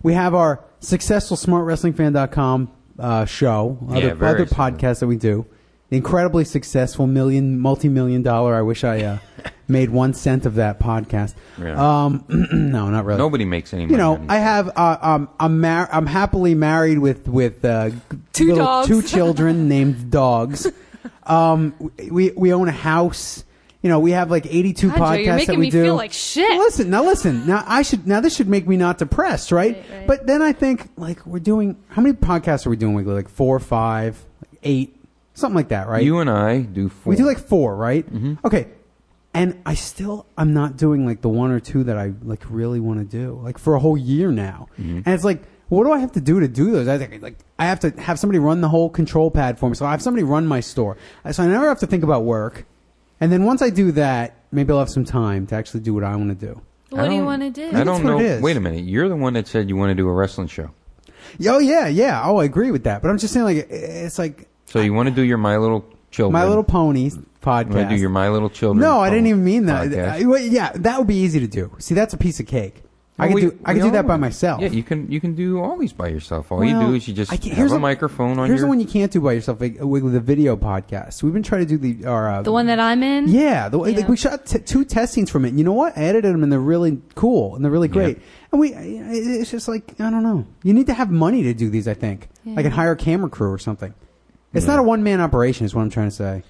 Speaker 6: We have our successful smartwrestlingfan.com uh, show, other,
Speaker 5: very
Speaker 6: other
Speaker 5: similar.
Speaker 6: podcasts that we do. The incredibly successful million, multi-million dollar. I wish I uh, made one cent of that podcast.
Speaker 5: Yeah.
Speaker 6: Um, no, not really.
Speaker 5: Nobody makes any money.
Speaker 6: You know,
Speaker 5: on these
Speaker 6: I have. Uh, um, I'm mar- I'm happily married with with uh, g-
Speaker 4: Two
Speaker 6: little-
Speaker 4: dogs.
Speaker 6: two children named dogs. Um, w- we we own a house. You know, we have like 82
Speaker 4: God, Joe,
Speaker 6: podcasts
Speaker 4: you're
Speaker 6: that
Speaker 4: making
Speaker 6: we
Speaker 4: me
Speaker 6: do.
Speaker 4: feel like shit.
Speaker 6: Listen, now listen. Now I should. Now this should make me not depressed, right?
Speaker 4: Right, right.
Speaker 6: But then I think like we're doing. How many podcasts are we doing weekly? Like four, five, like eight, something like that, right?
Speaker 5: You and I do four.
Speaker 6: We do like four, right? Okay. And I still, I'm not doing like the one or two that I like really want to do, like for a whole year now. And it's like, what do I have to do to do those? I think like I have to have somebody run the whole control pad for me. So I have somebody run my store. So I never have to think about work. And then once I do that, maybe I'll have some time to actually do what I want to do.
Speaker 4: What
Speaker 5: I
Speaker 4: do you
Speaker 5: don't-
Speaker 4: want to do?
Speaker 5: I
Speaker 6: That's
Speaker 5: don't
Speaker 6: what
Speaker 5: know.
Speaker 6: it is.
Speaker 5: Wait a minute. You're the one that said you want to do a wrestling show.
Speaker 6: Oh yeah, yeah. Oh, I agree with that. But I'm just saying, like, it's like
Speaker 5: So you want to do your My Little Children.
Speaker 6: My Little Ponies
Speaker 5: You want
Speaker 6: podcast.
Speaker 5: to do your My Little Children.
Speaker 6: No, I didn't even mean that.
Speaker 5: podcast.
Speaker 6: I- well, yeah, that would be easy to do. See, that's a piece of cake. I
Speaker 5: Well,
Speaker 6: can
Speaker 5: we-
Speaker 6: do. I
Speaker 5: we
Speaker 6: can do that
Speaker 5: all-
Speaker 6: by myself.
Speaker 5: Yeah, you can. You can do all these by yourself. All you
Speaker 6: Well,
Speaker 5: do is you just
Speaker 6: I can't-
Speaker 5: have a
Speaker 6: the-
Speaker 5: microphone on
Speaker 6: Here's
Speaker 5: your.
Speaker 6: the one you can't do by yourself. Like, Wiggly, the video podcast. We've been trying to do the our uh,
Speaker 4: The one that I'm in?
Speaker 6: Yeah, the, like
Speaker 4: Yeah.
Speaker 6: we shot t- two testings from it. And you know what? I edited them and they're really cool and they're really great.
Speaker 5: Yeah.
Speaker 6: And we, it's just like I don't know. You need to have money to do these. I think I can hire a camera crew or something. It's not a one man operation. Is what I'm trying to say.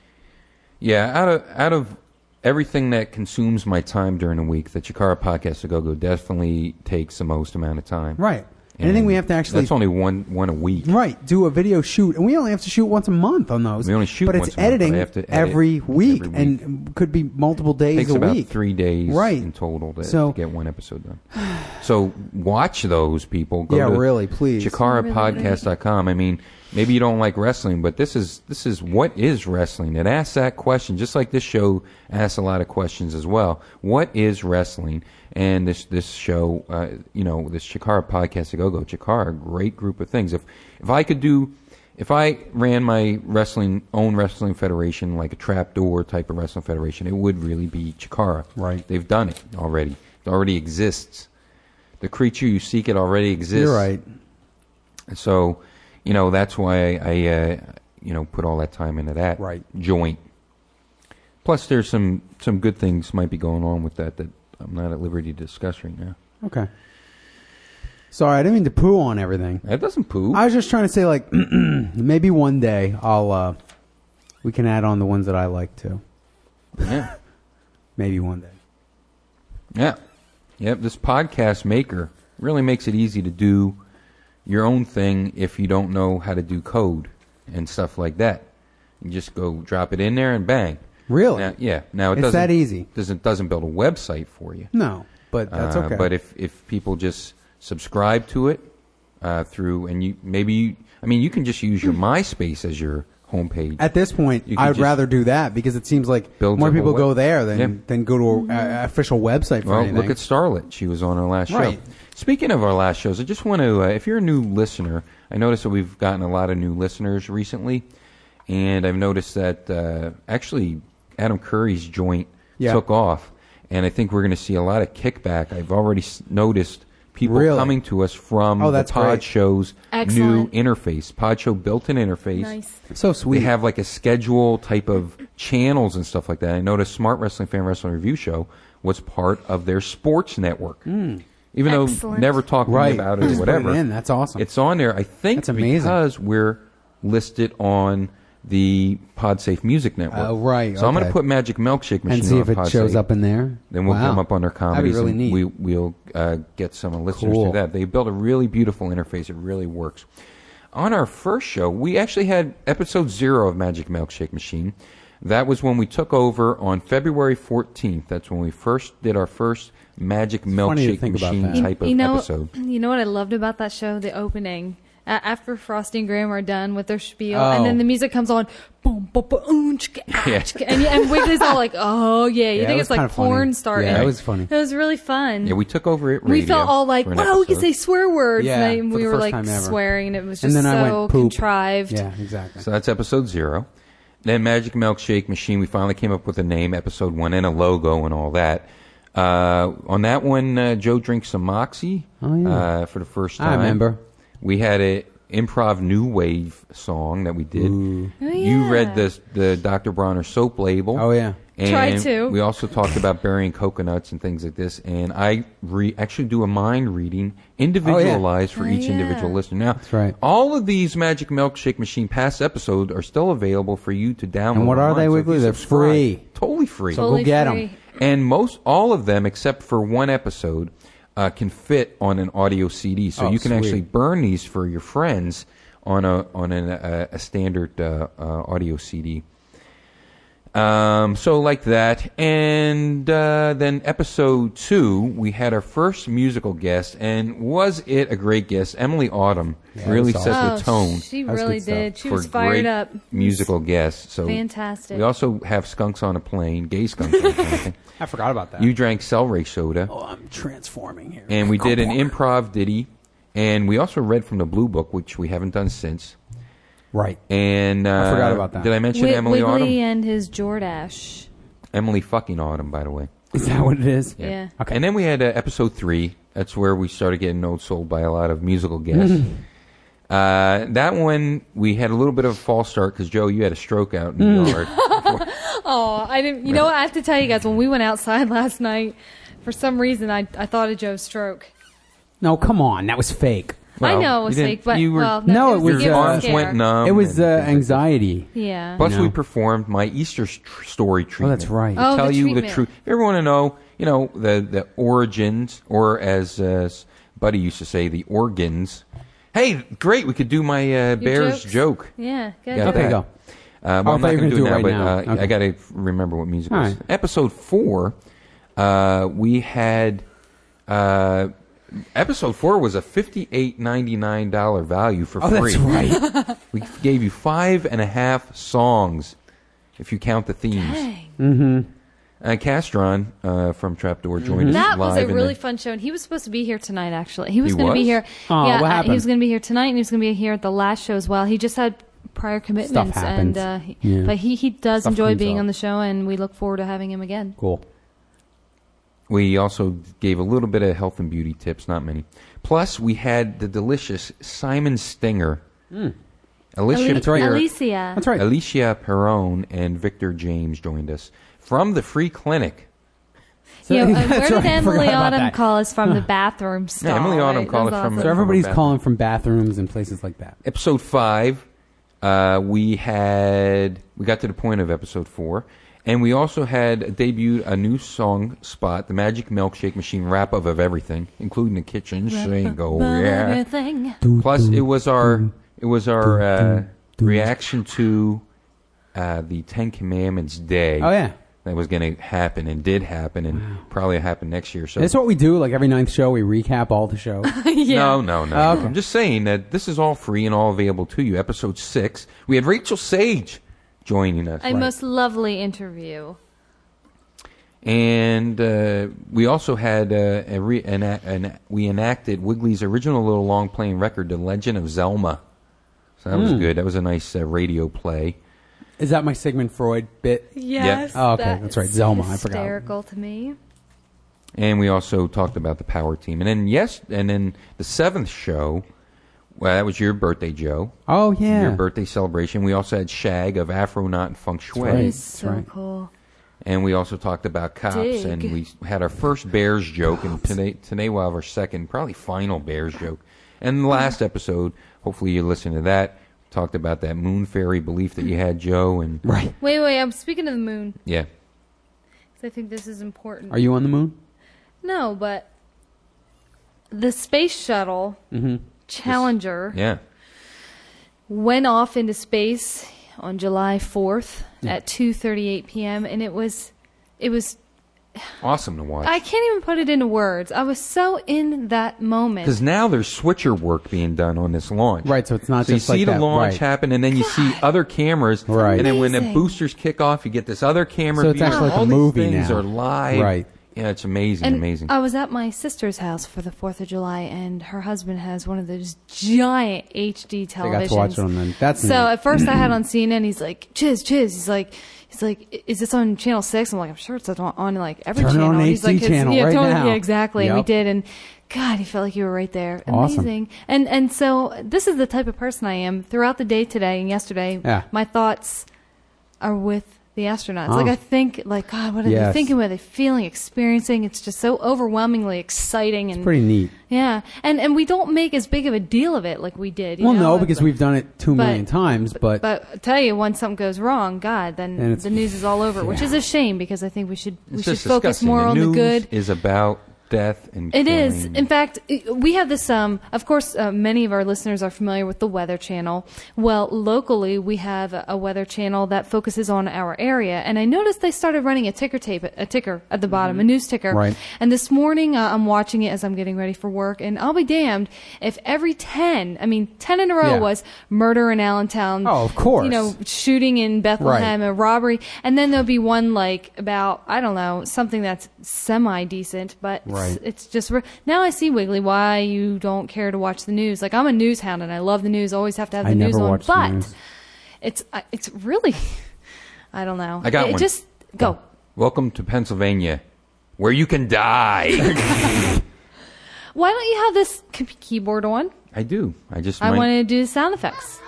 Speaker 5: yeah, out of out of everything that consumes my time during the week, the Chikara podcast to go go definitely takes the most amount of time.
Speaker 6: Right.
Speaker 5: And
Speaker 6: Anything we have to actually
Speaker 5: That's only one one a week.
Speaker 6: Right, do a video shoot, and we only have to shoot once a month on those.
Speaker 5: We only shoot
Speaker 6: but
Speaker 5: once
Speaker 6: it's
Speaker 5: a month,
Speaker 6: editing
Speaker 5: but I have to edit
Speaker 6: every, week,
Speaker 5: every week.
Speaker 6: and could be multiple days
Speaker 5: takes
Speaker 6: a
Speaker 5: about
Speaker 6: week.
Speaker 5: three days
Speaker 6: Right.
Speaker 5: in total to,
Speaker 6: So-
Speaker 5: to get one episode done. So watch those people. Go
Speaker 6: Yeah,
Speaker 5: to
Speaker 6: really, please.
Speaker 5: ChikaraPodcast.com. I mean, maybe you don't like wrestling, but this is this is what is wrestling. It asks that question, just like this show asks a lot of questions as well. What is wrestling? And this this show, uh, you know, this Chikara podcast to go go Chikara, great group of things. If if I could do if I ran my wrestling own wrestling federation, like a trapdoor type of wrestling federation, it would really be Chikara.
Speaker 6: Right.
Speaker 5: They've done it already. It already exists. The creature you seek, it already exists.
Speaker 6: You're right.
Speaker 5: So, you know, that's why I, uh, you know, put all that time into that
Speaker 6: Right.
Speaker 5: joint. Plus, there's some some good things might be going on with that that I'm not at liberty to discuss right now.
Speaker 6: Okay. Sorry, I didn't mean to poo on everything.
Speaker 5: That doesn't poo.
Speaker 6: I was just trying to say, like, maybe one day I'll uh, we can add on the ones that I like too.
Speaker 5: yeah.
Speaker 6: Maybe one day.
Speaker 5: Yeah. Yep. This podcast maker really makes it easy to do your own thing if you don't know how to do code and stuff like that. You just go drop it in there and bang.
Speaker 6: Really?
Speaker 5: Now- yeah. Now it
Speaker 6: It's
Speaker 5: doesn't
Speaker 6: that easy.
Speaker 5: Doesn't doesn't build a website for you.
Speaker 6: No, but that's
Speaker 5: Uh,
Speaker 6: okay.
Speaker 5: But if if people just subscribe to it uh, through and you maybe you I mean you can just use
Speaker 6: Hmm.
Speaker 5: your MySpace as your homepage.
Speaker 6: At this point,
Speaker 5: You could
Speaker 6: I would
Speaker 5: just-
Speaker 6: rather do that because it seems like
Speaker 5: Build
Speaker 6: more
Speaker 5: up a
Speaker 6: people
Speaker 5: web-
Speaker 6: go there than
Speaker 5: Yeah.
Speaker 6: than go to an official website for
Speaker 5: Well,
Speaker 6: anything.
Speaker 5: look at Starlet. She was on our last
Speaker 6: Right.
Speaker 5: show. Speaking of our last shows, I just want to, uh, if you're a new listener, I noticed that we've gotten a lot of new listeners recently, and I've noticed that uh, actually Adam Curry's joint
Speaker 6: Yeah.
Speaker 5: took off, and I think we're going to see a lot of kickback. I've already s- noticed people
Speaker 6: Really?
Speaker 5: coming to us from
Speaker 6: Oh, that's
Speaker 5: the Pod
Speaker 6: great.
Speaker 5: Show's
Speaker 4: Excellent.
Speaker 5: new interface, Pod Show built-in interface.
Speaker 4: Nice.
Speaker 6: so sweet.
Speaker 5: They have like a schedule type of channels and stuff like that. I noticed Smart Wrestling Fan Wrestling Review Show was part of their sports network. Even though
Speaker 4: Excellent.
Speaker 5: never talked to me
Speaker 6: Hmm. Right.
Speaker 5: about it
Speaker 6: Just
Speaker 5: or
Speaker 6: put it
Speaker 5: whatever.
Speaker 6: in. That's awesome.
Speaker 5: It's on there. I think
Speaker 6: That's amazing.
Speaker 5: because we're listed on the PodSafe Music Network.
Speaker 6: Oh, right.
Speaker 5: So I'm going to
Speaker 6: Okay.
Speaker 5: put Magic Milkshake Machine
Speaker 6: and see
Speaker 5: on
Speaker 6: if it
Speaker 5: PodSafe.
Speaker 6: shows up in there.
Speaker 5: Then we'll
Speaker 6: Wow.
Speaker 5: come up on their comedies.
Speaker 6: That'd be really
Speaker 5: and
Speaker 6: neat.
Speaker 5: We, we'll uh, get some listeners
Speaker 6: Cool.
Speaker 5: to that. They built a really beautiful interface. It really works. On our first show, we actually had episode zero of Magic Milkshake Machine. That was when we took over on February 14th. That's when we first did our first Magic
Speaker 6: funny to
Speaker 5: Milkshake
Speaker 6: think about
Speaker 5: Machine
Speaker 6: that.
Speaker 5: type of
Speaker 4: you know,
Speaker 5: episode.
Speaker 4: You know what I loved about that show? The opening. A after Frosty and Graham are done with their spiel,
Speaker 6: Oh.
Speaker 4: and then the music comes on, boom, boom, boom, chicka, ah,
Speaker 5: Yeah.
Speaker 4: chicka, and, and Wiggly's all like, "Oh yeah," you
Speaker 6: Yeah, it
Speaker 4: think
Speaker 6: was
Speaker 4: it's like
Speaker 6: kinda funny.
Speaker 4: porn
Speaker 6: Yeah,
Speaker 4: starting.
Speaker 6: it was funny.
Speaker 4: It was really fun.
Speaker 5: Yeah, we took over it.
Speaker 4: We felt all like, "Wow, we can say swear words!"
Speaker 6: Yeah,
Speaker 4: and then
Speaker 6: for
Speaker 4: we
Speaker 6: the
Speaker 4: were
Speaker 6: first
Speaker 4: like
Speaker 6: time ever.
Speaker 4: swearing, and it was
Speaker 6: and
Speaker 4: just
Speaker 6: then
Speaker 4: so
Speaker 6: I went poop.
Speaker 4: contrived.
Speaker 6: Yeah, exactly.
Speaker 5: So that's episode zero. Then Magic Milkshake Machine, we finally came up with a name, episode one, and a logo and all that. Uh, on that one, uh, Joe drinks some Moxie
Speaker 6: Oh, yeah.
Speaker 5: uh, for the first
Speaker 6: I
Speaker 5: time.
Speaker 6: remember.
Speaker 5: We had a improv new wave song that we did.
Speaker 4: Oh,
Speaker 5: You
Speaker 4: yeah.
Speaker 5: read the the Dr. Bronner soap label.
Speaker 6: Oh, yeah.
Speaker 5: And
Speaker 4: Try to.
Speaker 5: We also talked about burying coconuts and things like this. And I re- actually do a mind reading,
Speaker 6: Oh,
Speaker 5: individualized for
Speaker 4: Oh,
Speaker 5: each
Speaker 4: yeah.
Speaker 5: individual listener. Now,
Speaker 6: That's right.
Speaker 5: all of these Magic Milkshake Machine past episodes are still available for you to download.
Speaker 6: And what are
Speaker 5: online.
Speaker 6: they,
Speaker 5: So if
Speaker 6: Wiggly?
Speaker 5: you
Speaker 6: They're
Speaker 5: subscribe-
Speaker 6: free.
Speaker 5: Totally free.
Speaker 6: So go get 'em.
Speaker 4: free.
Speaker 5: and most all of them, except for one episode, uh, can fit on an audio CD. So
Speaker 6: Oh,
Speaker 5: you can
Speaker 6: sweet.
Speaker 5: actually burn these for your friends on a on an, uh, a standard uh, uh, audio CD. Um, so like that, and uh, then episode two, we had our first musical guest, and was it a great guest? Emily Autumn
Speaker 6: Yeah,
Speaker 5: really
Speaker 6: it was
Speaker 5: set
Speaker 6: awesome.
Speaker 5: the tone
Speaker 4: Oh, She
Speaker 6: That was
Speaker 4: really
Speaker 6: good stuff.
Speaker 4: did. She
Speaker 5: for
Speaker 4: was fired
Speaker 5: great
Speaker 4: up.
Speaker 5: musical guests. So
Speaker 4: Fantastic.
Speaker 5: We also have skunks on a plane, gay skunks on a plane.
Speaker 6: I forgot about that.
Speaker 5: You drank celery soda,
Speaker 6: oh, I'm transforming here. Oh,
Speaker 5: and we did an improv ditty, and we also read from the blue book, which we haven't done since.
Speaker 6: Right.
Speaker 5: And uh,
Speaker 6: I forgot about that.
Speaker 5: Did I mention
Speaker 4: Wi-
Speaker 5: Emily
Speaker 4: Wiggly
Speaker 5: Autumn?
Speaker 4: and his Jordash.
Speaker 5: Emily fucking Autumn, by the way.
Speaker 6: Is that what it is?
Speaker 4: Yeah.
Speaker 6: Okay.
Speaker 5: And then we had uh, episode three. That's where we started getting old sold by a lot of musical guests. uh, that one we had a little bit of a false start because Joe, you had a stroke out in
Speaker 6: Mm.
Speaker 5: the yard.
Speaker 4: Oh, I didn't. You know what? I have to tell you guys, when we went outside last night, for some reason, I, I thought of Joe's stroke.
Speaker 6: No, come on. That was fake.
Speaker 5: Well,
Speaker 4: I know it was
Speaker 5: you didn't-
Speaker 4: fake, but
Speaker 5: you were-
Speaker 4: well,
Speaker 6: No,
Speaker 4: that
Speaker 6: it
Speaker 4: a
Speaker 6: was,
Speaker 4: given
Speaker 5: Your
Speaker 6: uh,
Speaker 5: arms
Speaker 4: scare.
Speaker 5: went numb.
Speaker 6: it was
Speaker 5: Um, and
Speaker 6: uh,
Speaker 5: things like that.
Speaker 6: anxiety.
Speaker 4: Yeah.
Speaker 5: Plus,
Speaker 6: No.
Speaker 5: we performed my Easter st- story treatment.
Speaker 6: that's right.
Speaker 5: To
Speaker 4: Oh, the
Speaker 5: tell you the
Speaker 4: treatment.
Speaker 5: truth. If you ever want to know, you know, the, the origins, or as uh, s- Buddy used to say, the organs. Hey, great, we could do my uh,
Speaker 4: Your
Speaker 5: Bears
Speaker 4: jokes.
Speaker 5: joke.
Speaker 4: Yeah. Good.
Speaker 5: Got
Speaker 6: Okay,
Speaker 5: that.
Speaker 6: go.
Speaker 5: Uh, well,
Speaker 6: Oh, I
Speaker 5: I'm
Speaker 6: thought
Speaker 5: not
Speaker 6: you were
Speaker 5: going to do it now,
Speaker 6: gonna do it right
Speaker 5: but
Speaker 6: now.
Speaker 5: Uh, I
Speaker 6: Okay.
Speaker 5: got to remember what music
Speaker 6: All
Speaker 5: was.
Speaker 6: right.
Speaker 5: Episode four, uh, we had. Uh, episode four was a fifty-eight ninety-nine dollar value for
Speaker 6: Oh,
Speaker 5: free.
Speaker 6: that's right.
Speaker 5: We gave you five and a half songs, if you count the themes.
Speaker 4: Dang.
Speaker 5: Uh, Castron uh, from Trapdoor joined us
Speaker 4: Mm-hmm. That
Speaker 5: live.
Speaker 4: was a
Speaker 5: in
Speaker 4: really
Speaker 5: the,
Speaker 4: fun show, and he was supposed to be here tonight. Actually, he was
Speaker 5: He
Speaker 4: going to be
Speaker 5: was?
Speaker 4: here.
Speaker 6: Aw,
Speaker 4: yeah,
Speaker 6: Oh, what
Speaker 4: uh, he
Speaker 6: happened?
Speaker 4: was going to be here tonight, and he was going to be here at the last show as well. He just had prior commitments,
Speaker 6: happens.
Speaker 4: and uh, he-
Speaker 6: Yeah.
Speaker 4: but he he does
Speaker 6: Stuff
Speaker 4: enjoy
Speaker 6: comes
Speaker 4: being
Speaker 6: up.
Speaker 4: on the show, and we look forward to having him again.
Speaker 6: cool.
Speaker 5: we also gave a little bit of health and beauty tips, not many. Plus, we had the delicious Simon Stinger, Alicia,
Speaker 6: That's right.
Speaker 5: Pier-
Speaker 4: Alicia.
Speaker 6: That's right.
Speaker 5: Alicia Perrone, and Victor James joined us from the free clinic.
Speaker 6: So-
Speaker 4: Yeah, uh,
Speaker 6: That's
Speaker 4: where
Speaker 6: right,
Speaker 4: did
Speaker 6: I
Speaker 4: Emily
Speaker 6: forgot about
Speaker 4: Autumn
Speaker 6: that.
Speaker 4: call us from the bathroom stall?
Speaker 5: Emily Autumn
Speaker 4: right?
Speaker 5: called
Speaker 4: That
Speaker 5: us
Speaker 4: was
Speaker 5: from
Speaker 4: awesome.
Speaker 6: So everybody's
Speaker 5: bathroom.
Speaker 6: calling from bathrooms and places like that.
Speaker 5: episode five, uh, we had we got to the point of episode four, and we also had debuted a new song spot, the Magic Milkshake Machine wrap up of everything, including the kitchen shingle. Yeah.
Speaker 4: Everything.
Speaker 5: Plus, it was our it was our uh, reaction to uh, the Ten Commandments Day.
Speaker 6: Oh, yeah.
Speaker 5: That was going to happen and did happen and probably happen next year. So
Speaker 6: That's what we do. Like every ninth show, we recap all the shows.
Speaker 5: no, no, no.
Speaker 6: Oh,
Speaker 5: no.
Speaker 6: okay.
Speaker 5: I'm just saying that this is all free and all available to you. Episode six, we had Rachel Sage joining us,
Speaker 4: A most lovely interview.
Speaker 5: and uh, we also had uh, a re- an, an, we enacted Wiggly's original little long playing record, "The Legend of Zelma." So that
Speaker 6: Hmm.
Speaker 5: was good. That was a nice uh, radio play.
Speaker 6: Is that my Sigmund Freud bit?
Speaker 4: Yes.
Speaker 6: Oh, okay.
Speaker 4: that
Speaker 6: That's right.
Speaker 4: is
Speaker 6: Zelma. I forgot.
Speaker 4: Hysterical to me.
Speaker 5: And we also talked about the power team. And then yes, and then the seventh show, well, that was your birthday, Joe.
Speaker 6: Oh yeah.
Speaker 5: Your birthday celebration. We also had Shag of Afro Knot and Feng Shui.
Speaker 6: right.
Speaker 4: He's
Speaker 6: That's
Speaker 4: so
Speaker 6: right.
Speaker 4: cool.
Speaker 5: And we also talked about cops,
Speaker 4: Dig.
Speaker 5: and we had our first Bears joke, and today today we'll have our second, probably final Bears joke. And the last episode, hopefully you listened to that, talked about that moon fairy belief that you had, Joe, and
Speaker 6: Right.
Speaker 4: Wait, wait. I'm speaking of the moon
Speaker 5: yeah,
Speaker 4: 'cause I think this is important.
Speaker 6: Are you on the moon?
Speaker 4: No, but the space shuttle
Speaker 6: Mm-hmm.
Speaker 4: Challenger
Speaker 5: yeah,
Speaker 4: went off into space on July 4th at 2:38 p.m. and it was it was
Speaker 5: awesome to watch.
Speaker 4: I can't even put it into words. I was so in that moment.
Speaker 5: Because now there's switcher work being done on this launch.
Speaker 6: Right, so it's not
Speaker 5: so
Speaker 6: just
Speaker 5: you see
Speaker 6: like
Speaker 5: the
Speaker 6: that,
Speaker 5: launch
Speaker 6: right.
Speaker 5: happen, and then you see other cameras,
Speaker 6: Right.
Speaker 5: And then when the
Speaker 4: Amazing.
Speaker 5: boosters kick off, you get this other camera.
Speaker 6: So it's
Speaker 5: view.
Speaker 6: actually like a
Speaker 5: All these
Speaker 6: movie
Speaker 5: things
Speaker 6: now.
Speaker 5: are live.
Speaker 6: Right.
Speaker 5: Yeah, it's amazing,
Speaker 4: And
Speaker 5: amazing.
Speaker 4: I was at my sister's house for the Fourth of July, and her husband has one of those giant HD televisions.
Speaker 6: got to watch it on the- that's
Speaker 4: so.
Speaker 6: neat.
Speaker 4: At first, I had on CNN. He's like, "Chiz, chiz." He's like, "He's like, "I- is this on channel 6? I'm like, "I'm sure it's on, on like every
Speaker 6: Turn it
Speaker 4: channel."
Speaker 6: on
Speaker 4: he's
Speaker 6: HD
Speaker 4: like, "It's-
Speaker 6: channel
Speaker 4: yeah,
Speaker 6: right
Speaker 4: totally-
Speaker 6: now."
Speaker 4: Yeah, exactly. And we
Speaker 6: Yep.
Speaker 4: did, and God, you felt like you were right there.
Speaker 6: Awesome.
Speaker 4: Amazing. And and so this is the type of person I am. Throughout the day today and yesterday,
Speaker 6: Yeah.
Speaker 4: my thoughts are with the astronauts.
Speaker 6: Oh.
Speaker 4: Like I think, like God, what are
Speaker 6: Yes.
Speaker 4: they thinking? What are they feeling, experiencing? It's just so overwhelmingly exciting and
Speaker 6: Pretty neat.
Speaker 4: Yeah, and and we don't make as big of a deal of it like we did. you
Speaker 6: Well,
Speaker 4: know?
Speaker 6: no, because we've done it two
Speaker 4: But-
Speaker 6: million times, but,
Speaker 4: But I tell you, once something goes wrong, God,
Speaker 6: Then
Speaker 4: then
Speaker 6: it's-
Speaker 4: the news is all over, which
Speaker 6: yeah.
Speaker 4: is a shame because I think we should we
Speaker 5: it's
Speaker 4: should
Speaker 5: just
Speaker 4: focus
Speaker 5: disgusting.
Speaker 4: more on the
Speaker 5: news
Speaker 4: good.
Speaker 5: is about death and
Speaker 4: It is.
Speaker 5: killing.
Speaker 4: In fact, i- we have this. Um, of course, uh, many of our listeners are familiar with the Weather Channel. Well, locally, we have a- a Weather Channel that focuses on our area, and I noticed they started running a ticker tape, a ticker at the bottom, a news ticker.
Speaker 6: Mm-hmm. Right.
Speaker 4: And this morning, uh, I'm watching it as I'm getting ready for work, and I'll be damned if every ten, I mean, ten in a row
Speaker 6: Yeah.
Speaker 4: was murder in Allentown.
Speaker 6: Oh, of course.
Speaker 4: You know, shooting in Bethlehem,
Speaker 6: Right.
Speaker 4: a robbery, and then there'll be one like about I don't know something that's semi decent, but it's-
Speaker 6: Right.
Speaker 4: it's just re- now I see Wiggly why you don't care to watch the news. Like I'm a news hound and I love the news, always have to have the
Speaker 6: I
Speaker 4: news
Speaker 6: never
Speaker 4: on.
Speaker 6: watch the
Speaker 4: but
Speaker 6: news.
Speaker 4: it's I- it's really I don't know.
Speaker 5: I got
Speaker 4: it,
Speaker 5: one.
Speaker 4: Just go.
Speaker 5: Welcome to Pennsylvania, where you can die.
Speaker 4: Why don't you have this k- keyboard on?
Speaker 5: I do. I just.
Speaker 4: I
Speaker 5: might-
Speaker 4: wanted to do sound effects.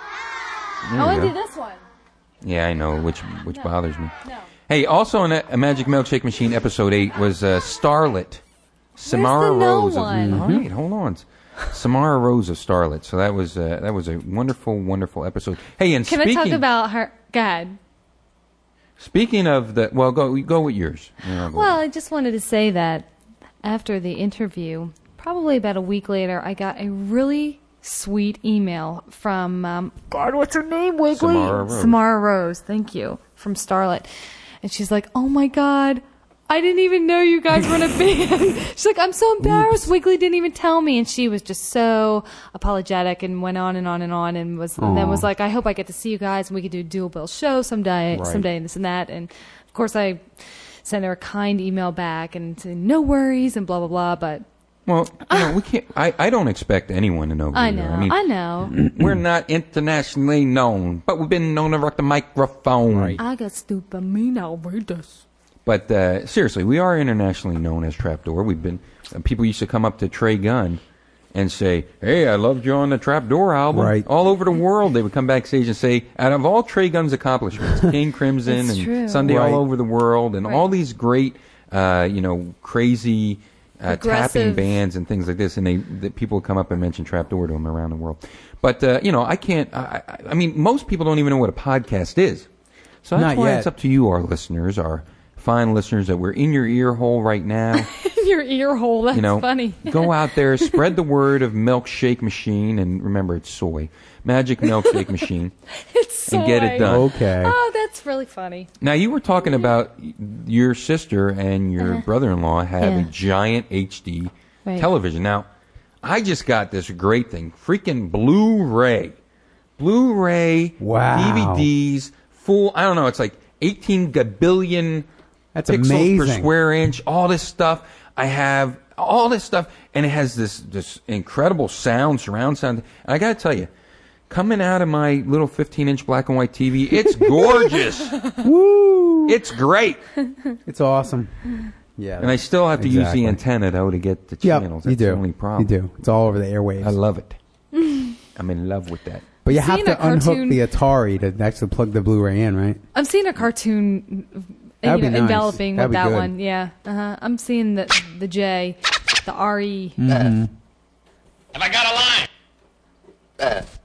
Speaker 5: there we
Speaker 4: I want to
Speaker 5: go.
Speaker 4: do this one.
Speaker 5: Yeah, I know, which which bothers me. Hey, also in a, a Magic Milkshake Machine episode eight was uh, Starlet, Samara
Speaker 4: the no
Speaker 5: Rose.
Speaker 4: one?
Speaker 5: Of, All right, hold on, Samara Rose of Starlet. So that was uh, that was a wonderful, wonderful episode. Hey, and
Speaker 4: Can
Speaker 5: speaking
Speaker 4: I talk about her? God.
Speaker 5: speaking of the well, go go with yours. and I'll go
Speaker 4: Well,
Speaker 5: with-
Speaker 4: I just wanted to say that after the interview, probably about a week later, I got a really sweet email from um, God, what's her name? Wiggly
Speaker 5: Samara Rose.
Speaker 4: Samara Rose. Thank you from Starlet, and she's like, "Oh my God." I didn't even know you guys were in a band. She's like, I'm so embarrassed. Wiggly didn't even tell me, and she was just so apologetic and went on and on and on, and was and then was like, I hope I get to see you guys and we could do a dual bill show someday, someday, and this and that. And of course, I send her a kind email back and say, no worries and blah blah blah. But
Speaker 5: well, you know, we can't. I, I don't expect anyone to know. who
Speaker 4: I
Speaker 5: you
Speaker 4: know,
Speaker 5: are.
Speaker 4: I,
Speaker 5: mean,
Speaker 4: know,
Speaker 5: we're not internationally known, but we've been known to rock the microphone. Right.
Speaker 4: I got stupid mean outrageous.
Speaker 5: But uh, seriously, we are internationally known as Trapdoor. We've been uh, people used to come up to Trey Gunn and say, "Hey, I loved you on the Trapdoor album."
Speaker 6: Right.
Speaker 5: All over the world, they would come backstage and say, "Out of all Trey Gunn's accomplishments, King Crimson
Speaker 4: It's
Speaker 5: and
Speaker 4: true.
Speaker 5: Sunday
Speaker 6: Right.
Speaker 5: all over the world, and
Speaker 4: Right.
Speaker 5: all these great, uh, you know, crazy." Uh, tapping
Speaker 4: Aggressive.
Speaker 5: bands and things like this, and they the people would come up and mention Trapdoor to them around the world. But uh, you know, I can't. I, I- I mean, most people don't even know what a podcast is, so that's
Speaker 6: Not
Speaker 5: why
Speaker 6: yet.
Speaker 5: it's up to you, our listeners, our fine listeners that we're in your ear hole right now.
Speaker 4: Your ear hole. That's
Speaker 5: you know,
Speaker 4: funny.
Speaker 5: go out there, spread the word of Milkshake Machine, and remember it's soy, Magic Milkshake Machine,
Speaker 4: it's so
Speaker 5: and get it done.
Speaker 6: okay.
Speaker 4: Oh, that's really funny.
Speaker 5: Now you were talking about your sister and your brother-in-law have a
Speaker 4: Uh-huh. Yeah.
Speaker 5: giant HD
Speaker 4: Right.
Speaker 5: television. Now, I just got this great thing, freaking Blu-ray, Blu-ray,
Speaker 6: Wow.
Speaker 5: DVDs, full. I don't know. It's like 18 gabillion
Speaker 6: That's
Speaker 5: pixels per
Speaker 6: amazing.
Speaker 5: square inch. All this stuff. I have all this stuff, and it has this this incredible sound, surround sound. And I got to tell you. Coming out of my little 15 inch black and white TV, it's gorgeous.
Speaker 6: Woo!
Speaker 5: It's great.
Speaker 6: It's awesome. Yeah.
Speaker 5: And I still have to
Speaker 6: Exactly.
Speaker 5: use the antenna though to get the
Speaker 6: Yep,
Speaker 5: channels.
Speaker 6: you
Speaker 5: That's
Speaker 6: do.
Speaker 5: the only problem.
Speaker 6: You do. It's all over the airwaves.
Speaker 5: I love it. I'm in love with that.
Speaker 6: but you
Speaker 4: Seen
Speaker 6: have to
Speaker 4: a
Speaker 6: unhook
Speaker 4: cartoon-
Speaker 6: the Atari to actually plug the Blu-ray in, right?
Speaker 4: I'm seeing a cartoon uh,
Speaker 6: That'd
Speaker 4: you
Speaker 6: be
Speaker 4: know,
Speaker 6: nice.
Speaker 4: enveloping
Speaker 6: That'd
Speaker 4: with
Speaker 6: be
Speaker 4: that
Speaker 6: good.
Speaker 4: one. Yeah, uh-huh. I'm seeing the the J, the R E.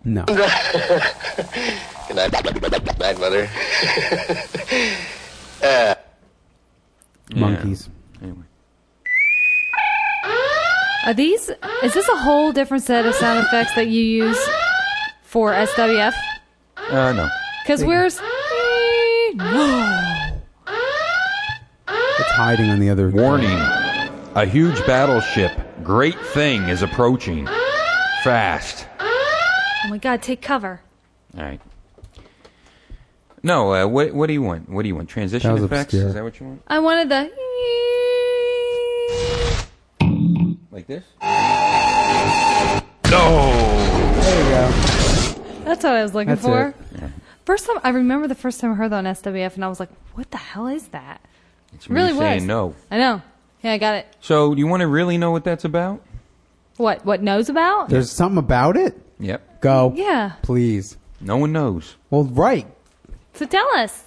Speaker 6: No.
Speaker 8: Good night, night, mother.
Speaker 5: Uh,
Speaker 6: Monkeys.
Speaker 5: Anyway.
Speaker 4: Are these? Is this a whole different set of sound effects that you use for SWF?
Speaker 5: Uh no.
Speaker 4: Because where's Oh no.
Speaker 6: It's hiding on the other.
Speaker 5: Warning. A huge battleship. Great thing is approaching. Fast.
Speaker 4: Oh my God! Take cover.
Speaker 5: All right. No, uh, what what do you want? What do you want? Transition
Speaker 6: That was
Speaker 5: effects?
Speaker 6: obscure.
Speaker 5: Is that what you want?
Speaker 4: I wanted the.
Speaker 5: Like this?
Speaker 6: There you go.
Speaker 4: That's what I was looking
Speaker 6: That's
Speaker 4: for.
Speaker 6: it.
Speaker 4: First time I remember the first time I heard that on SWF, and I was like, "What the hell is that?"
Speaker 5: It's
Speaker 4: Really
Speaker 5: me
Speaker 4: was.
Speaker 5: saying no.
Speaker 4: I know. Yeah, I got it.
Speaker 5: So, do you want to really know what that's about?
Speaker 4: What? What knows about?
Speaker 6: There's something about it.
Speaker 5: Yep.
Speaker 6: Go.
Speaker 4: Yeah.
Speaker 6: Please.
Speaker 5: No one knows.
Speaker 6: Well, right.
Speaker 4: So tell us.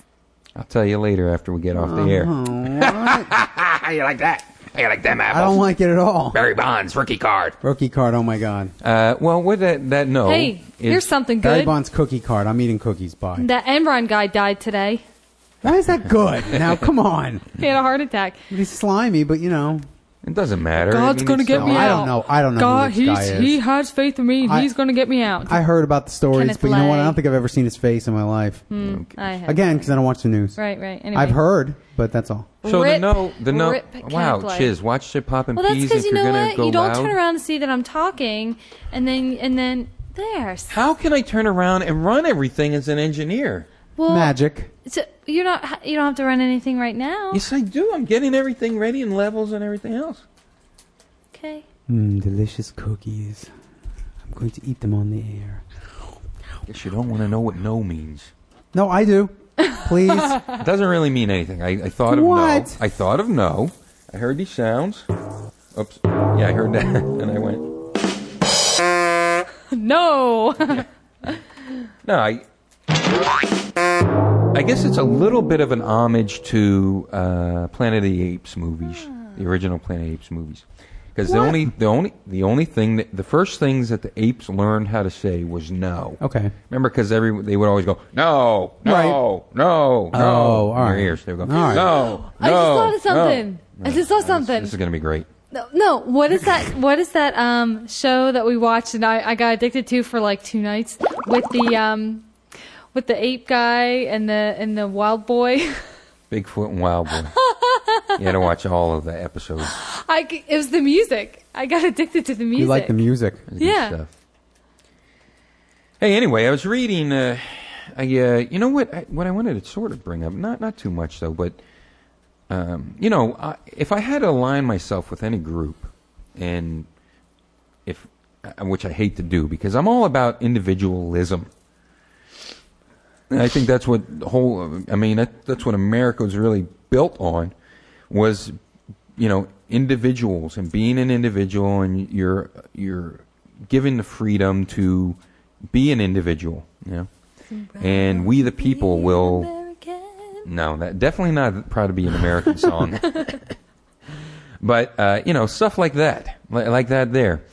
Speaker 5: I'll tell you later after we get off the air.
Speaker 6: I don't like it at all.
Speaker 5: Barry Bonds, rookie card.
Speaker 6: Rookie card. Oh my god.
Speaker 5: Uh, well, with that, that
Speaker 6: Oh,
Speaker 5: no.
Speaker 4: hey,
Speaker 5: is-
Speaker 4: here's something
Speaker 6: Barry
Speaker 4: good.
Speaker 6: Bonds cookie card. I'm eating cookies. Bye.
Speaker 4: That Enron guy died today.
Speaker 6: Why is that good? now, come on.
Speaker 4: He had a heart attack.
Speaker 6: He's slimy, but you know.
Speaker 5: It doesn't matter. I
Speaker 4: God's
Speaker 5: mean,
Speaker 4: gonna
Speaker 5: it's
Speaker 4: get
Speaker 5: so-
Speaker 4: me
Speaker 6: I
Speaker 4: out.
Speaker 6: don't know. I don't know.
Speaker 4: God,
Speaker 6: who this guy
Speaker 4: he's
Speaker 6: is.
Speaker 4: he has faith in me.
Speaker 6: I-
Speaker 4: he's gonna get me out.
Speaker 6: I heard about the stories,
Speaker 4: Kenneth
Speaker 6: but you know what? I
Speaker 4: Lang.
Speaker 6: don't think I've ever seen his face in my life.
Speaker 4: Mm, I have.
Speaker 6: Again, because I don't watch the news.
Speaker 4: Hmm. Right, right. Anyway.
Speaker 6: I've heard, but that's all.
Speaker 5: So
Speaker 4: Rip-
Speaker 5: the no, the no.
Speaker 4: rip Kenneth
Speaker 5: wow,
Speaker 4: Lang.
Speaker 5: Chiz, watch shit popping
Speaker 4: Well, that's
Speaker 5: peas
Speaker 4: because
Speaker 5: if
Speaker 4: you
Speaker 5: are
Speaker 4: know
Speaker 5: gonna
Speaker 4: what?
Speaker 5: go
Speaker 4: You don't
Speaker 5: loud.
Speaker 4: turn around and see that I'm talking, and then and then there.
Speaker 5: How can I turn around and run everything as an engineer?
Speaker 4: Well,
Speaker 6: Magic.
Speaker 4: So you're not. You don't have to run anything right now.
Speaker 5: Yes, I do. I'm getting everything ready and levels and everything else.
Speaker 4: Okay.
Speaker 6: Mm, delicious cookies. I'm going to eat them on the air.
Speaker 5: Guess you don't want to know what no means.
Speaker 6: No, I do. Please.
Speaker 5: It doesn't really mean anything. I, I thought of
Speaker 6: What?
Speaker 5: no. I thought of no. I heard these sounds. Oops. Yeah, I heard that, and I went.
Speaker 4: No.
Speaker 5: No, I. I guess it's a little bit of an homage to uh, Planet of the Apes movies, the original Planet of the Apes movies, because the only the only the only thing that the first things that the apes learned how to say was no.
Speaker 6: Okay.
Speaker 5: Remember, because every they would always go no, no,
Speaker 6: Right.
Speaker 5: no, no.
Speaker 6: Oh, all
Speaker 5: In
Speaker 6: right.
Speaker 5: Your ears, they would go
Speaker 6: All right.
Speaker 5: no,
Speaker 4: I just
Speaker 5: no,
Speaker 4: thought of
Speaker 5: no."
Speaker 4: something. I just saw
Speaker 5: This-
Speaker 4: something.
Speaker 5: This is gonna be great.
Speaker 4: No, no. What is that? What is that um, show that we watched and I, I got addicted to for like two nights with the um, with the ape guy and the and the wild boy.
Speaker 5: Bigfoot and Wild Boy. you had to watch all of the episodes.
Speaker 4: I c- it was the music. I got addicted to the music.
Speaker 6: You like the music.
Speaker 5: good
Speaker 4: Yeah.
Speaker 5: stuff. Hey, anyway, I was reading. Uh, I, uh, you know what? I, what I wanted to sort of bring up, not not too much though, but um, you know, I, if I had to align myself with any group, and if uh, which I hate to do because I'm all about individualism. And I think that's what the whole. I mean, that, that's what America was really built on, was you know individuals and being an individual and you're you're given the freedom to be an individual. You know, and we the people will. No, that definitely not proud to be an American song. but uh, you know, stuff like that, li- like that there,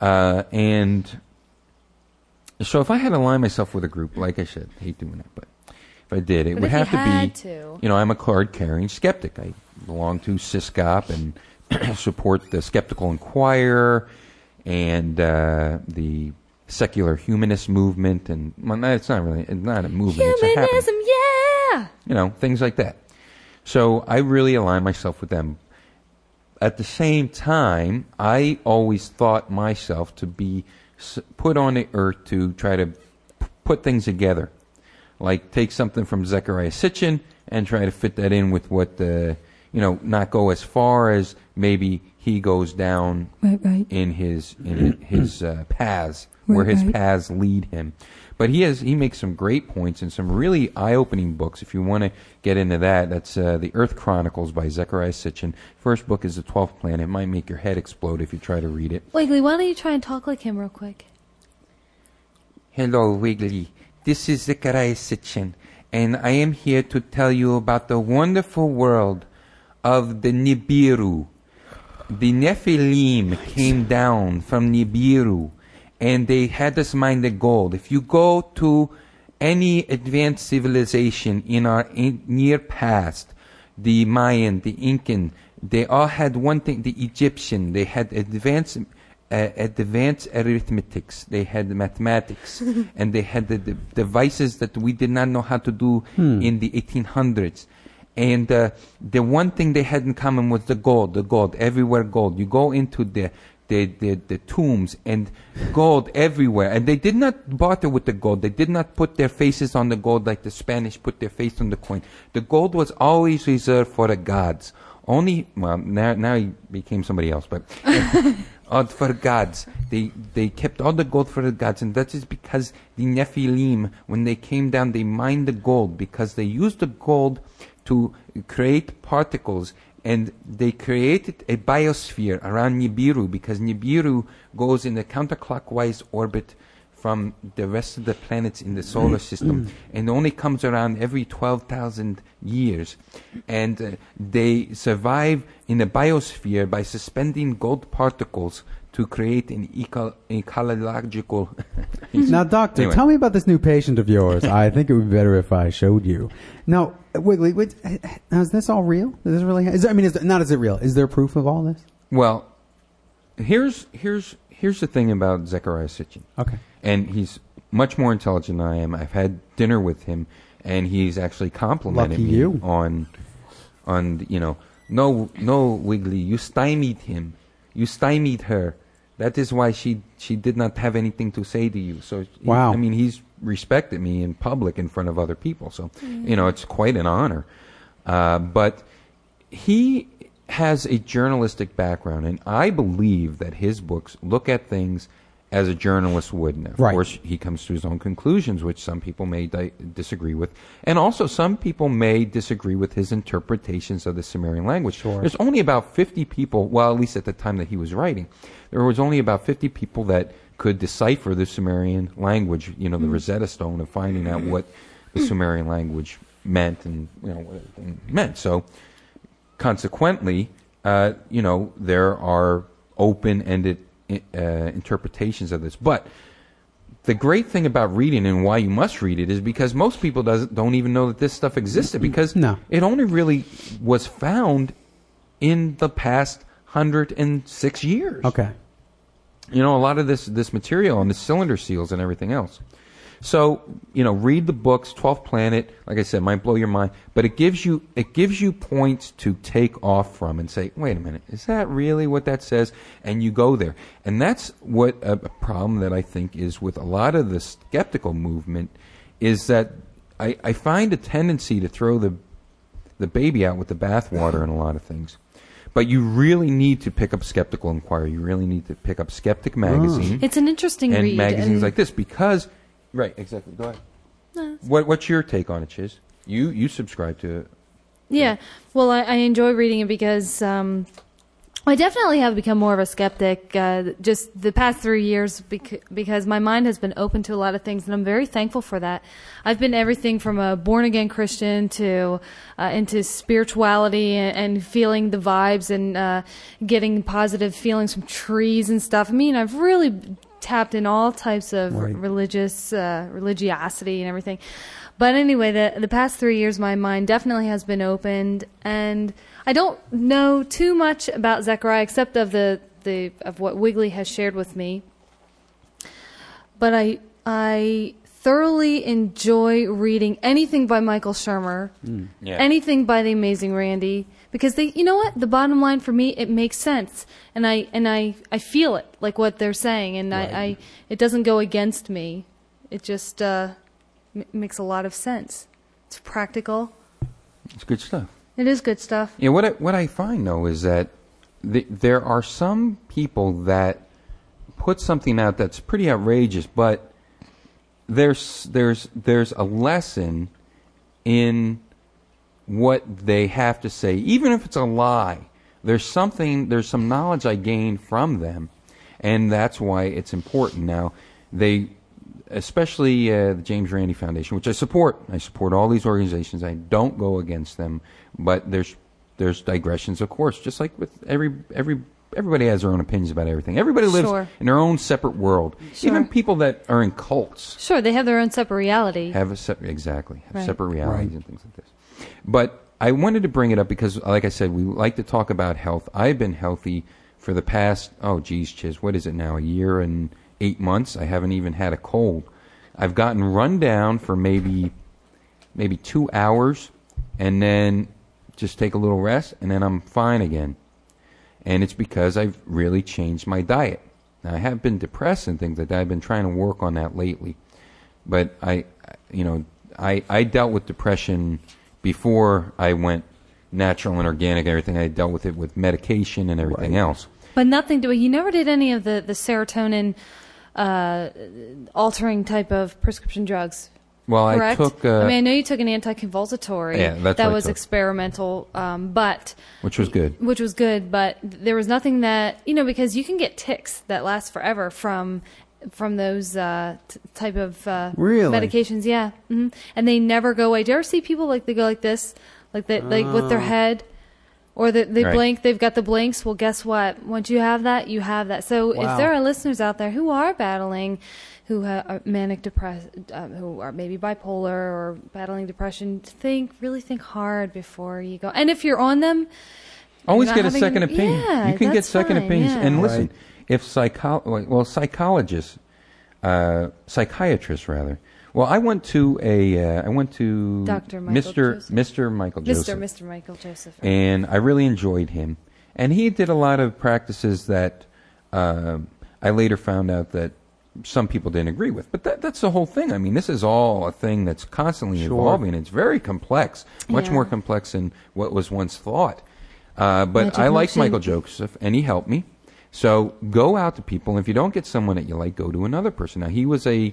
Speaker 5: uh, and so if I had to align myself with a group, like I said, I hate doing that, but if I did, it
Speaker 4: But
Speaker 5: would
Speaker 4: if you
Speaker 5: have to
Speaker 4: had
Speaker 5: be.
Speaker 4: to.
Speaker 5: You know, I'm a card-carrying skeptic. I belong to Syscop and support the Skeptical Inquirer and uh, the secular humanist movement. And well, no, it's not really, it's not a movement. It's a happening
Speaker 4: Humanism, yeah.
Speaker 5: you know, things like that. So I really align myself with them. At the same time, I always thought myself to be s- put on the earth to try to p- put things together. Like take something from Zechariah Sitchin and try to fit that in with what the, you know, not go as far as maybe he goes down
Speaker 4: Right, right.
Speaker 5: in his in his uh, paths where his
Speaker 4: right.
Speaker 5: paths lead him. But he has he makes some great points and some really eye-opening books. If you want to get into that, that's uh, the Earth Chronicles by Zechariah Sitchin. First book is the Twelfth Planet. It might make your head explode if you try to read it.
Speaker 4: Wiggly, why don't you try and talk like him real quick?
Speaker 5: Hello, Wiggly. This is Zechariah Sitchin, and I am here to tell you about the wonderful world of the Nibiru. The Nephilim came down from Nibiru, and they had us mine the gold. If you go to any advanced civilization in our in- near past, the Mayan, the Incan, they all had one thing, the Egyptian, they had advanced uh, advanced arithmetics. They had mathematics, and they had the, the devices that we did not know how to do in the 1800s. And uh, the one thing they had in common was the gold, the gold everywhere, gold. You go into the the, the, the tombs and gold everywhere. And they did not barter with the gold. They did not put their faces on the gold like the Spanish put their face on the coin. The gold was always reserved for the gods only well now now he became somebody else, but all for gods they they kept all the gold for the gods, and that is because the Nephilim when they came down they mined the gold because they used the gold to create particles. And they created a biosphere around Nibiru because Nibiru goes in a counterclockwise orbit from the rest of the planets in the solar system and only comes around every 12,000 years. And uh, they survive in the biosphere by suspending gold particles to create an eco- ecological.
Speaker 6: Now, doctor,
Speaker 5: Anyway.
Speaker 6: tell me about this new patient of yours. I think it would be better if I showed you. Now, Wiggly, wait, now is this all real? Is this really? Is there, I mean, is, not is it real? Is there proof of all this?
Speaker 5: well, here's, here's, here's the thing about Zechariah Sitchin.
Speaker 6: Okay.
Speaker 5: And he's much more intelligent than I am. I've had dinner with him, and he's actually complimented
Speaker 6: Lucky
Speaker 5: me
Speaker 6: you.
Speaker 5: on, on you know, no, no, Wiggly, you stymied him, you stymied her. That is why she she did not have anything to say to you. So he-
Speaker 6: Wow.
Speaker 5: I mean, he's respected me in public in front of other people. So you know, it's quite an honor. Uh, but he has a journalistic background, and I believe that his books look at things as a journalist would. And of
Speaker 6: Right.
Speaker 5: course, he comes to his own conclusions, which some people may di- disagree with, and also some people may disagree with his interpretations of the Sumerian language.
Speaker 6: Sure.
Speaker 5: There's only about 50 people, well, at least at the time that he was writing, there was only about 50 people that could decipher the Sumerian language, you
Speaker 6: Hmm.
Speaker 5: know, the Rosetta Stone, and finding out what the Sumerian language meant and, you know, what everything meant. So, consequently, uh, you know, there are open-ended i- uh, interpretations of this. But the great thing about reading and why you must read it is because most people doesn't, don't even know that this stuff existed because
Speaker 6: No.
Speaker 5: it only really was found in the past 106 years
Speaker 6: Okay.
Speaker 5: you know a lot of this this material and the cylinder seals and everything else so you know read the books 12th planet like i said might blow your mind but it gives you it gives you points to take off from and say wait a minute is that really what that says and you go there and that's what a, a problem that i think is with a lot of the skeptical movement is that i, I find a tendency to throw the the baby out with the bathwater and a lot of things. But you really need to pick up Skeptical Inquiry. You really need to pick up Skeptic Magazine
Speaker 4: It's an Mm. interesting
Speaker 5: and
Speaker 4: read.
Speaker 5: magazines
Speaker 4: and-
Speaker 5: like this because, right, exactly. Go ahead. What, what's your take on it, Chiz? You you subscribe to it.
Speaker 4: Yeah. Well, I, I enjoy reading it because um, I definitely have become more of a skeptic uh, just the past three years bec- because my mind has been open to a lot of things, and I'm very thankful for that. I've been everything from a born again Christian to uh, into spirituality and, and feeling the vibes and uh, getting positive feelings from trees and stuff. I mean, I've really tapped in all types of
Speaker 6: Right.
Speaker 4: religious uh, religiosity and everything. But anyway, the the past three years, my mind definitely has been opened, and I don't know too much about Zechariah except of the, the of what Wiggly has shared with me. But I I thoroughly enjoy reading anything by Michael Shermer,
Speaker 5: Yeah.
Speaker 4: anything by the amazing Randy, because they you know what the bottom line for me it makes sense, and I and I I feel it like what they're saying, and I, I it doesn't go against me, it just uh, m- makes a lot of sense. It's practical.
Speaker 5: It's good stuff.
Speaker 4: It is good stuff.
Speaker 5: Yeah, what I, what I find though is that th- there are some people that put something out that's pretty outrageous, but there's there's there's a lesson in what they have to say, even if it's a lie. There's something there's some knowledge I gained from them, and that's why it's important. Now they. Especially uh, the James Randi Foundation, which I support. I support all these organizations. I don't go against them, but there's there's digressions, of course, just like with every every everybody has their own opinions about everything. Everybody lives
Speaker 4: Sure.
Speaker 5: in their own separate world.
Speaker 4: Sure.
Speaker 5: Even people that are in cults
Speaker 4: Sure, they have their own separate reality.
Speaker 5: have a separate exactly have
Speaker 4: Right.
Speaker 5: separate realities
Speaker 6: Right.
Speaker 5: and things like this. But I wanted to bring it up because, like I said, we like to talk about health. I've been healthy for the past oh geez, chiz, what is it now? A year and eight months. I haven't even had a cold. I've gotten run down for maybe maybe two hours, and then just take a little rest, and then I'm fine again and it's because I've really changed my diet. Now, I have been depressed and things like that. I've been trying to work on that lately, but I, you know, I I dealt with depression before I went natural and organic and everything. I dealt with it with medication and everything else.
Speaker 4: But nothing to it. He never did any of the, the serotonin uh, altering type of prescription drugs.
Speaker 5: Well,
Speaker 4: Correct?
Speaker 5: I took uh,
Speaker 4: I mean, I know you took an anticonvulsatory.
Speaker 5: Yeah, that's
Speaker 4: that
Speaker 5: what I
Speaker 4: was
Speaker 5: took.
Speaker 4: experimental, um, but
Speaker 5: which was good.
Speaker 4: which was good. But there was nothing that you know because you can get ticks that last forever from from those uh, t- type of uh,
Speaker 6: Really?
Speaker 4: medications. Yeah, hmm and they never go away. Do you ever see people like they go like this, like that, like with
Speaker 6: Oh.
Speaker 4: their head? Or that they
Speaker 5: Right.
Speaker 4: blink, they've got the blinks. Well, guess what? Once you have that, you have that. So
Speaker 6: Wow.
Speaker 4: if there are listeners out there who are battling, who ha- are manic depressed, um, who are maybe bipolar or battling depression, think really think hard before you go. And if you're on them,
Speaker 5: Always
Speaker 4: not
Speaker 5: get a
Speaker 4: having-
Speaker 5: second opinion.
Speaker 4: Yeah,
Speaker 5: you can get
Speaker 4: that's
Speaker 5: second
Speaker 4: fine,
Speaker 5: opinions.
Speaker 4: yeah.
Speaker 5: And listen,
Speaker 6: Right.
Speaker 5: if psycho well psychologists, uh, psychiatrists rather. Well, I went to a uh, I went to
Speaker 4: Dr. Michael
Speaker 5: Mr.
Speaker 4: Joseph.
Speaker 5: Mr. Michael
Speaker 4: Mr.
Speaker 5: Joseph.
Speaker 4: Mr. Michael Joseph.
Speaker 5: and I really enjoyed him. And he did a lot of practices that um I later found out that some people didn't agree with. But that, that's the whole thing. I mean, this is all a thing that's constantly evolving. It's very complex, much
Speaker 4: Yeah.
Speaker 5: more complex than what was once thought. Uh, but
Speaker 4: Magic
Speaker 5: I like
Speaker 4: Motion.
Speaker 5: Michael Joseph, and he helped me. So go out to people, and if you don't get someone that you like, go to another person. Now he was a,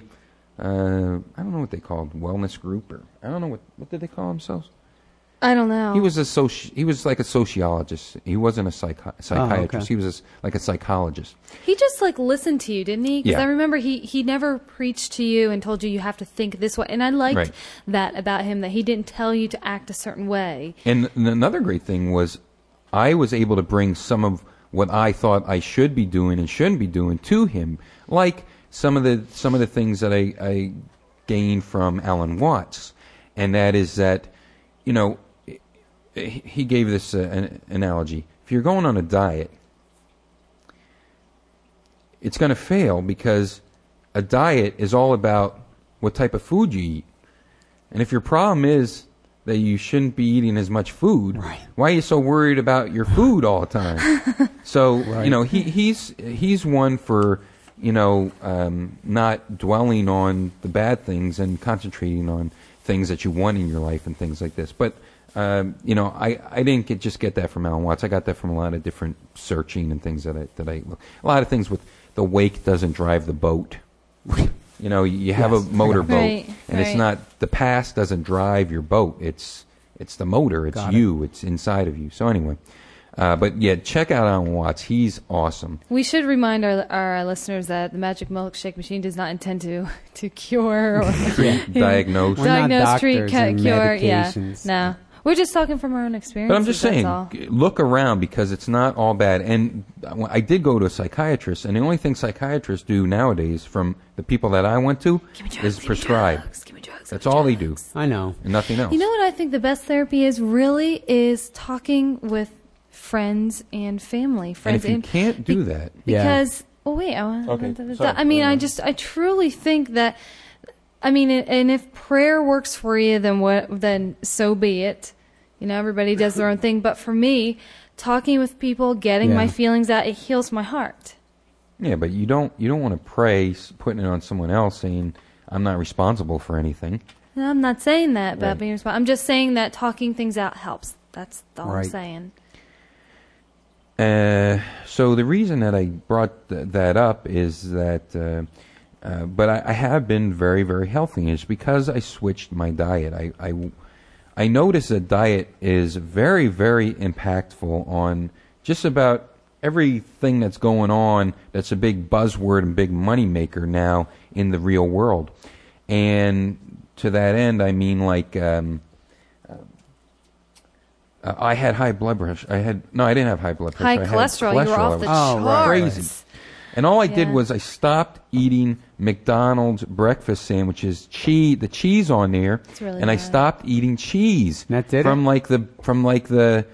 Speaker 5: uh, I don't know what they called wellness group, or I don't know what what did they call themselves.
Speaker 4: I don't know.
Speaker 5: He was a soci- he was like a sociologist. He wasn't a psychi- psychiatrist.
Speaker 6: okay.
Speaker 5: He was a s like a psychologist.
Speaker 4: He just like listened to you, didn't he? Because
Speaker 5: Yeah.
Speaker 4: I remember he he never preached to you and told you you have to think this way. And I liked
Speaker 5: Right.
Speaker 4: that about him that he didn't tell you to act a certain way.
Speaker 5: And th- another great thing was I was able to bring some of what I thought I should be doing and shouldn't be doing to him, like some of the some of the things that I, I gained from Alan Watts, and that is that you know i- i- he gave this uh, an analogy: if you're going on a diet, it's going to fail because a diet is all about what type of food you eat. And if your problem is that you shouldn't be eating as much food, why are you so worried about your food all the time? so you know he, he's he's one for you know um, not dwelling on the bad things and concentrating on things that you want in your life and things like this. But um, you know I, I didn't get, just get that from Alan Watts. I got that from a lot of different searching and things that I that I look a lot of things with the wake doesn't drive the boat. You know, you have
Speaker 6: Yes.
Speaker 5: a motorboat,
Speaker 4: Right,
Speaker 5: and it's
Speaker 4: right.
Speaker 5: not the past doesn't drive your boat. It's it's the motor. It's
Speaker 6: Got it.
Speaker 5: you. It's inside of you. So anyway, uh, but yeah, check out Alan Watts. He's awesome.
Speaker 4: We should remind our our listeners that the magic milkshake machine does not intend to to cure or
Speaker 5: Diagnose.
Speaker 6: We're not
Speaker 4: diagnose, treat,
Speaker 6: doctors
Speaker 4: cut,
Speaker 6: and
Speaker 4: cure. Yeah,
Speaker 6: medications.
Speaker 4: no, we're just talking from our own experience.
Speaker 5: But I'm just saying, g- look around because it's not all bad. And I I did go to a psychiatrist, and the only thing psychiatrists do nowadays, from the people that I went to, is prescribe. That's all they do,
Speaker 6: I know.
Speaker 5: and nothing else.
Speaker 4: You know what I think the best therapy is really is talking with friends and family,
Speaker 5: and
Speaker 4: friends
Speaker 5: if you can't do that,
Speaker 6: Yeah.
Speaker 4: because well wait i want
Speaker 5: Okay,
Speaker 4: i
Speaker 5: sorry. Mm-hmm.
Speaker 4: mean i just i truly think that i mean a- and if prayer works for you then what then so be it you know everybody does their own thing but for me talking with people getting my
Speaker 6: Yeah.
Speaker 4: feelings out it heals my heart
Speaker 5: Yeah, but you don't you don't want to pray s- putting it on someone else, saying I'm not responsible for anything.
Speaker 4: no, i'm not saying that about
Speaker 5: Right.
Speaker 4: being responsible i'm just saying that talking things out helps that's all
Speaker 6: Right.
Speaker 4: i'm saying
Speaker 5: Uh, so the reason that I brought th- that up is that, uh, uh, but I, I have been very very healthy. and It's because I switched my diet. I I, I noticed that diet is very very impactful on just about everything that's going on. That's a big buzzword and big money maker now in the real world. And to that end, I mean like. Um, uh, I had high blood pressure. I had no, I didn't have high blood pressure.
Speaker 4: high
Speaker 5: I had
Speaker 4: cholesterol, you were off the
Speaker 6: Oh, right.
Speaker 4: charts
Speaker 5: Crazy. and all I did
Speaker 4: Yeah.
Speaker 5: was I stopped eating McDonald's breakfast sandwiches, cheese, the cheese on there,
Speaker 4: really
Speaker 5: and I
Speaker 4: bad.
Speaker 5: stopped eating cheese.
Speaker 6: That did it?
Speaker 5: from like the from like the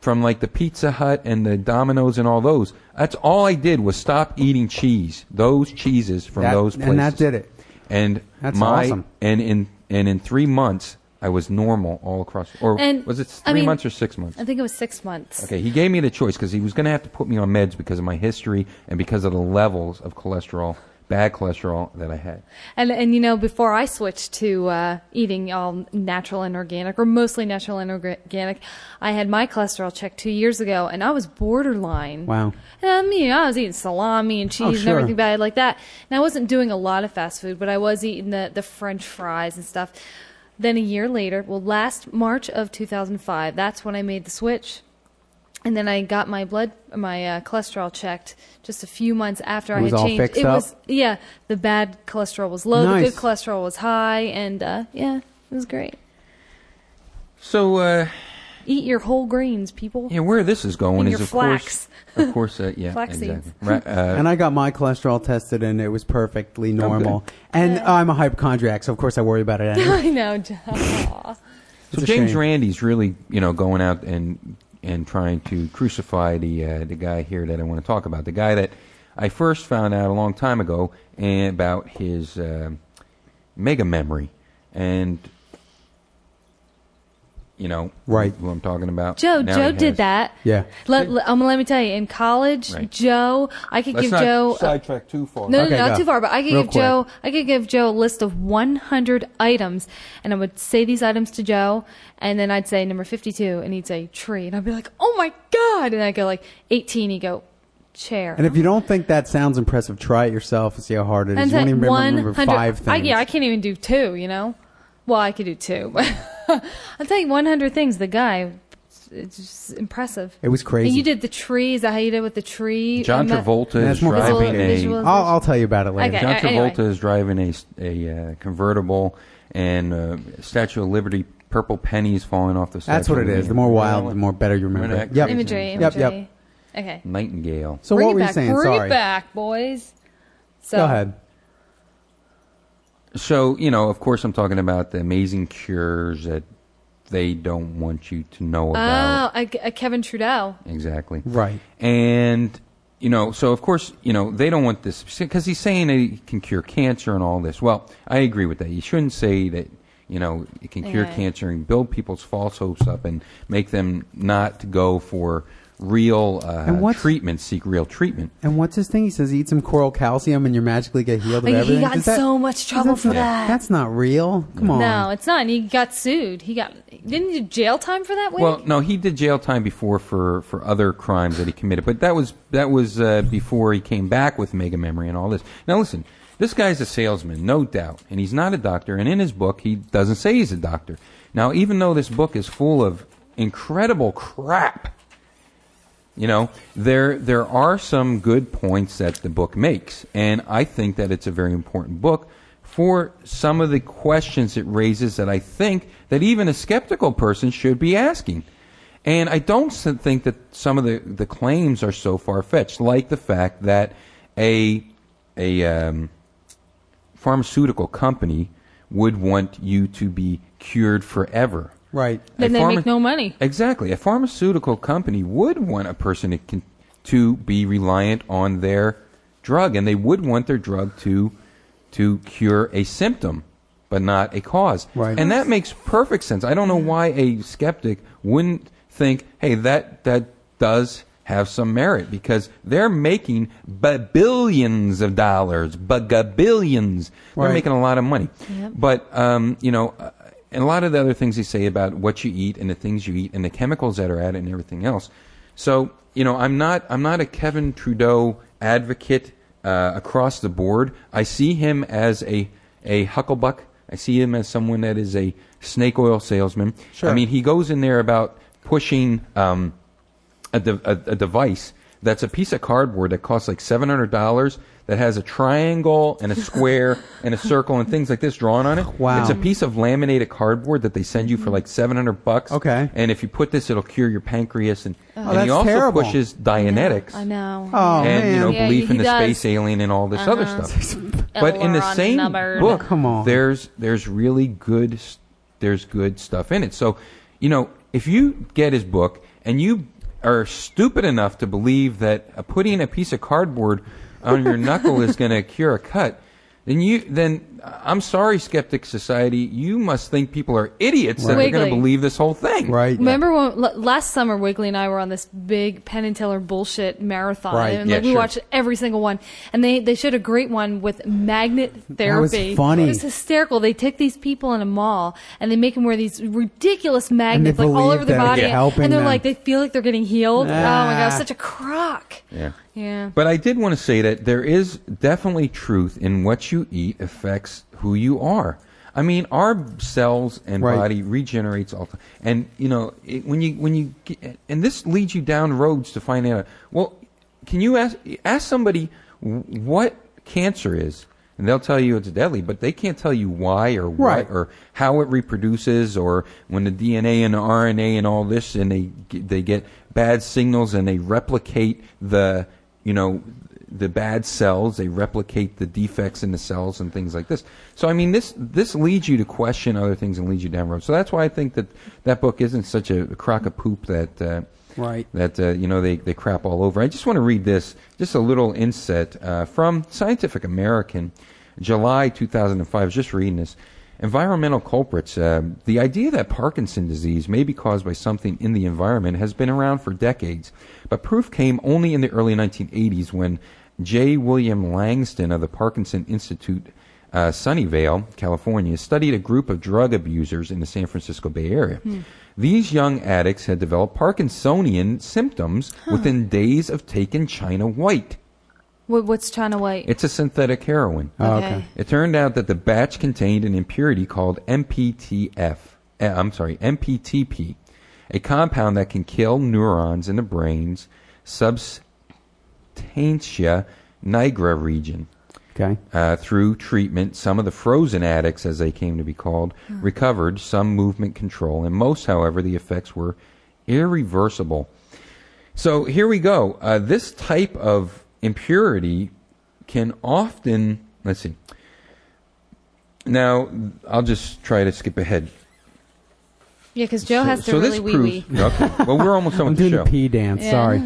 Speaker 5: from like the Pizza Hut and the Domino's and all those. That's all I did was stop eating cheese. Those cheeses from
Speaker 6: That-
Speaker 5: those places.
Speaker 6: and that did it.
Speaker 5: And
Speaker 6: That's
Speaker 5: my
Speaker 6: awesome.
Speaker 5: and in and in three months I was normal all across. Or
Speaker 4: And,
Speaker 5: was it three
Speaker 4: I mean-
Speaker 5: months or six months?
Speaker 4: i think it was six months
Speaker 5: Okay, he gave me the choice because he was going to have to put me on meds because of my history and because of the levels of cholesterol bad cholesterol that I had.
Speaker 4: And and you know, before I switched to uh, eating all natural and organic, or mostly natural and organic, I had my cholesterol checked two years ago, and I was borderline.
Speaker 6: Wow.
Speaker 4: And I mean, I was eating salami and cheese
Speaker 6: Oh,
Speaker 4: and
Speaker 6: sure.
Speaker 4: everything bad like that. And I wasn't doing a lot of fast food, but I was eating the the French fries and stuff. Then a year later, well, last March of 2005, that's when I made the switch. And then I got my blood, my uh, cholesterol checked just a few months after I
Speaker 6: was
Speaker 4: had
Speaker 6: all
Speaker 4: changed.
Speaker 6: fixed
Speaker 4: it
Speaker 6: up?
Speaker 4: was yeah, the bad cholesterol was low, the
Speaker 6: Nice.
Speaker 4: good cholesterol was high, and uh, yeah, it was great.
Speaker 5: So, uh,
Speaker 4: Eat your whole grains, people.
Speaker 5: yeah, where this is going
Speaker 4: And
Speaker 5: is
Speaker 4: your
Speaker 5: of
Speaker 4: flax.
Speaker 5: course, of course, uh, yeah,
Speaker 4: Flax seeds.
Speaker 5: exactly. Right, uh,
Speaker 6: And I got my cholesterol tested, and it was
Speaker 5: Oh,
Speaker 6: perfectly normal. And I'm a hypochondriac, so of course I worry about it. Anyway.
Speaker 4: I know. John.
Speaker 5: So
Speaker 6: It's a
Speaker 5: James
Speaker 6: shame.
Speaker 5: Randy's really, you know, going out and and trying to crucify the uh, the guy here that I want to talk about. The guy that I first found out a long time ago and about his um mega memory, and you know,
Speaker 6: Right.
Speaker 5: who I'm talking about.
Speaker 4: Joe,
Speaker 5: Now
Speaker 4: Joe
Speaker 5: he
Speaker 4: did
Speaker 5: has-
Speaker 4: that.
Speaker 6: Yeah.
Speaker 4: Let, let, um, let me tell you, in college,
Speaker 5: Right.
Speaker 4: Joe, I could
Speaker 5: Let's
Speaker 4: give
Speaker 5: not
Speaker 4: Joe.
Speaker 5: sidetrack too far.
Speaker 4: No,
Speaker 6: Okay,
Speaker 4: no, not
Speaker 6: go.
Speaker 4: too far. But I could
Speaker 6: Real
Speaker 4: give
Speaker 6: quick.
Speaker 4: Joe, I could give Joe a list of 100 items, and I would say these items to Joe, and then I'd say number 52, and he'd say tree, and I'd be like, oh my god, and I would go like 18, he'd go chair.
Speaker 6: And if you don't think that sounds impressive, try it yourself and see how hard it is.
Speaker 4: And
Speaker 6: You won't
Speaker 4: then
Speaker 6: even remember
Speaker 4: 100
Speaker 6: five things.
Speaker 4: I, yeah, I can't even do two. You know, well, I could do two, but I'll tell you, 100 things. The guy, it's just impressive.
Speaker 6: It was crazy.
Speaker 4: And you did the tree. Is that how you did with the tree?
Speaker 5: John
Speaker 4: And the-
Speaker 5: Travolta
Speaker 6: That's
Speaker 5: is
Speaker 6: more
Speaker 5: driving
Speaker 4: complicated.
Speaker 5: a
Speaker 4: Visual-
Speaker 6: I'll, I'll tell you about it later.
Speaker 4: Okay.
Speaker 5: John
Speaker 4: a- anyway.
Speaker 5: Travolta is driving a, a uh, convertible, and uh, Statue of Liberty purple pennies falling off the statue.
Speaker 6: That's what
Speaker 5: of
Speaker 6: it is.
Speaker 5: Liberty.
Speaker 6: The more wild,
Speaker 5: You know,
Speaker 6: the more better you
Speaker 5: we're
Speaker 6: remember.
Speaker 5: not
Speaker 6: Yep.
Speaker 5: crazy.
Speaker 4: Imagery.
Speaker 6: Yep,
Speaker 4: imagery.
Speaker 6: yep.
Speaker 4: Okay.
Speaker 5: Nightingale.
Speaker 6: So
Speaker 4: bring
Speaker 6: what
Speaker 4: it
Speaker 6: were
Speaker 4: back.
Speaker 6: you saying?
Speaker 4: Bring
Speaker 6: Sorry.
Speaker 4: it back, boys. So,
Speaker 6: Go ahead.
Speaker 5: So you know, of course, I'm talking about the amazing cures that they don't want you to know
Speaker 4: Oh,
Speaker 5: about.
Speaker 4: I, I- Kevin Trudeau.
Speaker 5: Exactly.
Speaker 6: Right.
Speaker 5: And you know, so of course, you know, they don't want this because he's saying that it can cure cancer and all this. Well, I agree with that. You shouldn't say that. You know, it can cure
Speaker 4: Right.
Speaker 5: cancer and build people's false hopes up and make them not to go for real
Speaker 6: And
Speaker 5: uh,
Speaker 6: what's-
Speaker 5: treatment, seek real treatment.
Speaker 6: And what's his thing? He says eat some coral calcium and you magically get healed of
Speaker 4: Like, he
Speaker 6: everything.
Speaker 4: got in
Speaker 6: Is that-
Speaker 4: so much
Speaker 6: is
Speaker 4: trouble for
Speaker 6: not-
Speaker 4: that.
Speaker 6: That's not real. Come on.
Speaker 4: No, it's not. And he got sued. He got didn't he do jail time for that week.
Speaker 5: Well, no, he did jail time before for, for other crimes that he committed, but that was that was uh, before he came back with mega memory and all this. Now listen, this guy's a salesman, no doubt, and he's not a doctor. And in his book, he doesn't say he's a doctor. Now, even though this book is full of incredible crap, you know, there there are some good points that the book makes, and I think that it's a very important book for some of the questions it raises that I think that even a skeptical person should be asking. And I don't s- think that some of the, the claims are so far fetched, like the fact that a a um, pharmaceutical company would want you to be cured forever.
Speaker 6: Right.
Speaker 4: Then
Speaker 5: A
Speaker 4: they make no money.
Speaker 5: Exactly. A pharmaceutical company would want a person to, con- to be reliant on their drug, and they would want their drug to to cure a symptom, but not a cause.
Speaker 6: Right.
Speaker 5: And that makes perfect sense. I don't know why a skeptic wouldn't think, "Hey, that that does." Have some merit because they're making billions of dollars, billions. They're
Speaker 6: Right.
Speaker 5: making a lot of money.
Speaker 4: Yep.
Speaker 5: But um, you know, uh, and a lot of the other things they say about what you eat and the things you eat and the chemicals that are added and everything else. So you know, I'm not I'm not a Kevin Trudeau advocate uh, across the board. I see him as a a hucklebuck. I see him as someone that is a snake oil salesman.
Speaker 6: Sure.
Speaker 5: I mean, he goes in there about pushing. Um, a, de- a, a device that's a piece of cardboard that costs like seven hundred dollars that has a triangle and a square and a circle and things like this drawn on it.
Speaker 6: Wow. Mm.
Speaker 5: It's a piece of laminated cardboard that they send you for like seven hundred bucks.
Speaker 6: Okay. Oh.
Speaker 5: And if you put this, it'll cure your pancreas. And, and he
Speaker 6: that's
Speaker 5: also
Speaker 6: terrible.
Speaker 5: pushes Dianetics
Speaker 4: I know.
Speaker 6: Oh
Speaker 5: and
Speaker 6: man.
Speaker 5: you know
Speaker 4: Yeah,
Speaker 5: belief
Speaker 4: he
Speaker 5: in the
Speaker 4: does.
Speaker 5: space alien and all this other stuff. but in the
Speaker 4: Elrond
Speaker 5: same
Speaker 4: numbered.
Speaker 5: book,
Speaker 6: Come on.
Speaker 5: there's there's really good s- there's good stuff in it. So, you know, if you get his book and you are stupid enough to believe that uh, putting a piece of cardboard on your knuckle is going to cure a cut, then you then I'm sorry, Skeptic Society. You must think people are idiots that they're going to
Speaker 4: Wiggly.
Speaker 5: believe this whole thing.
Speaker 6: Right.
Speaker 4: Remember when l- last summer Wiggly and I were on this big Penn and Teller bullshit marathon,
Speaker 6: Right.
Speaker 4: and
Speaker 5: Yeah,
Speaker 4: like we
Speaker 5: sure.
Speaker 4: watched every single one. And they they showed a great one with magnet
Speaker 6: was
Speaker 4: therapy.
Speaker 6: funny.
Speaker 4: It was hysterical. They take these people in a mall and they make them wear these ridiculous magnets like all
Speaker 6: believe
Speaker 4: over their
Speaker 6: that it's
Speaker 4: body,
Speaker 6: helping
Speaker 4: and they're
Speaker 6: them.
Speaker 4: like they feel like they're getting healed. Oh my
Speaker 6: Ah.
Speaker 4: god, such a crock.
Speaker 5: Yeah.
Speaker 4: Yeah.
Speaker 5: But I did want to say that there is definitely truth in what you eat affects who you are. I mean, our cells and
Speaker 6: Right.
Speaker 5: body regenerates all the time. And you know, it, when you when you get, and this leads you down roads to find out. Well, can you ask ask somebody w- what cancer is? And they'll tell you it's deadly, but they can't tell you why or what
Speaker 6: Right.
Speaker 5: or how it reproduces, or when the DNA and the RNA and all this, and they get- they get bad signals and they replicate the you know the bad cells, they replicate the defects in the cells and things like this. So I mean this this leads you to question other things and leads you down road. So that's why I think that that book isn't such a crock of poop that. Uh,
Speaker 6: Right.
Speaker 5: That uh, you know they, they crap all over. I just want to read this, just a little inset uh, from Scientific American, July 2005. I was just reading this. Environmental culprits. Uh, the idea that Parkinson disease may be caused by something in the environment has been around for decades, but proof came only in the early 1980s when J. William Langston of the Parkinson Institute uh, Sunnyvale, California, studied a group of drug abusers in the San Francisco Bay Area. These young addicts had developed Parkinsonian symptoms within days of taking China White.
Speaker 4: What, what's China White?
Speaker 5: It's a synthetic heroin.
Speaker 6: Oh, okay.
Speaker 5: It turned out that the batch contained an impurity called MPTF. eh, I'm sorry, MPTP, a compound that can kill neurons in the brain's substantia nigra region.
Speaker 6: Okay.
Speaker 5: Uh, through treatment, some of the frozen addicts, as they came to be called, recovered some movement control. In most, however, the effects were irreversible. So here we go. Uh, this type of impurity can often, let's see. Now, I'll just try to skip ahead.
Speaker 4: yeah, because Joe
Speaker 5: so,
Speaker 4: has to
Speaker 5: so
Speaker 4: really wee wee.
Speaker 5: this proves. Okay. Well, we're almost done
Speaker 6: I'm
Speaker 5: with the
Speaker 6: doing
Speaker 5: show.
Speaker 6: the pee dance.
Speaker 4: Yeah.
Speaker 6: Sorry.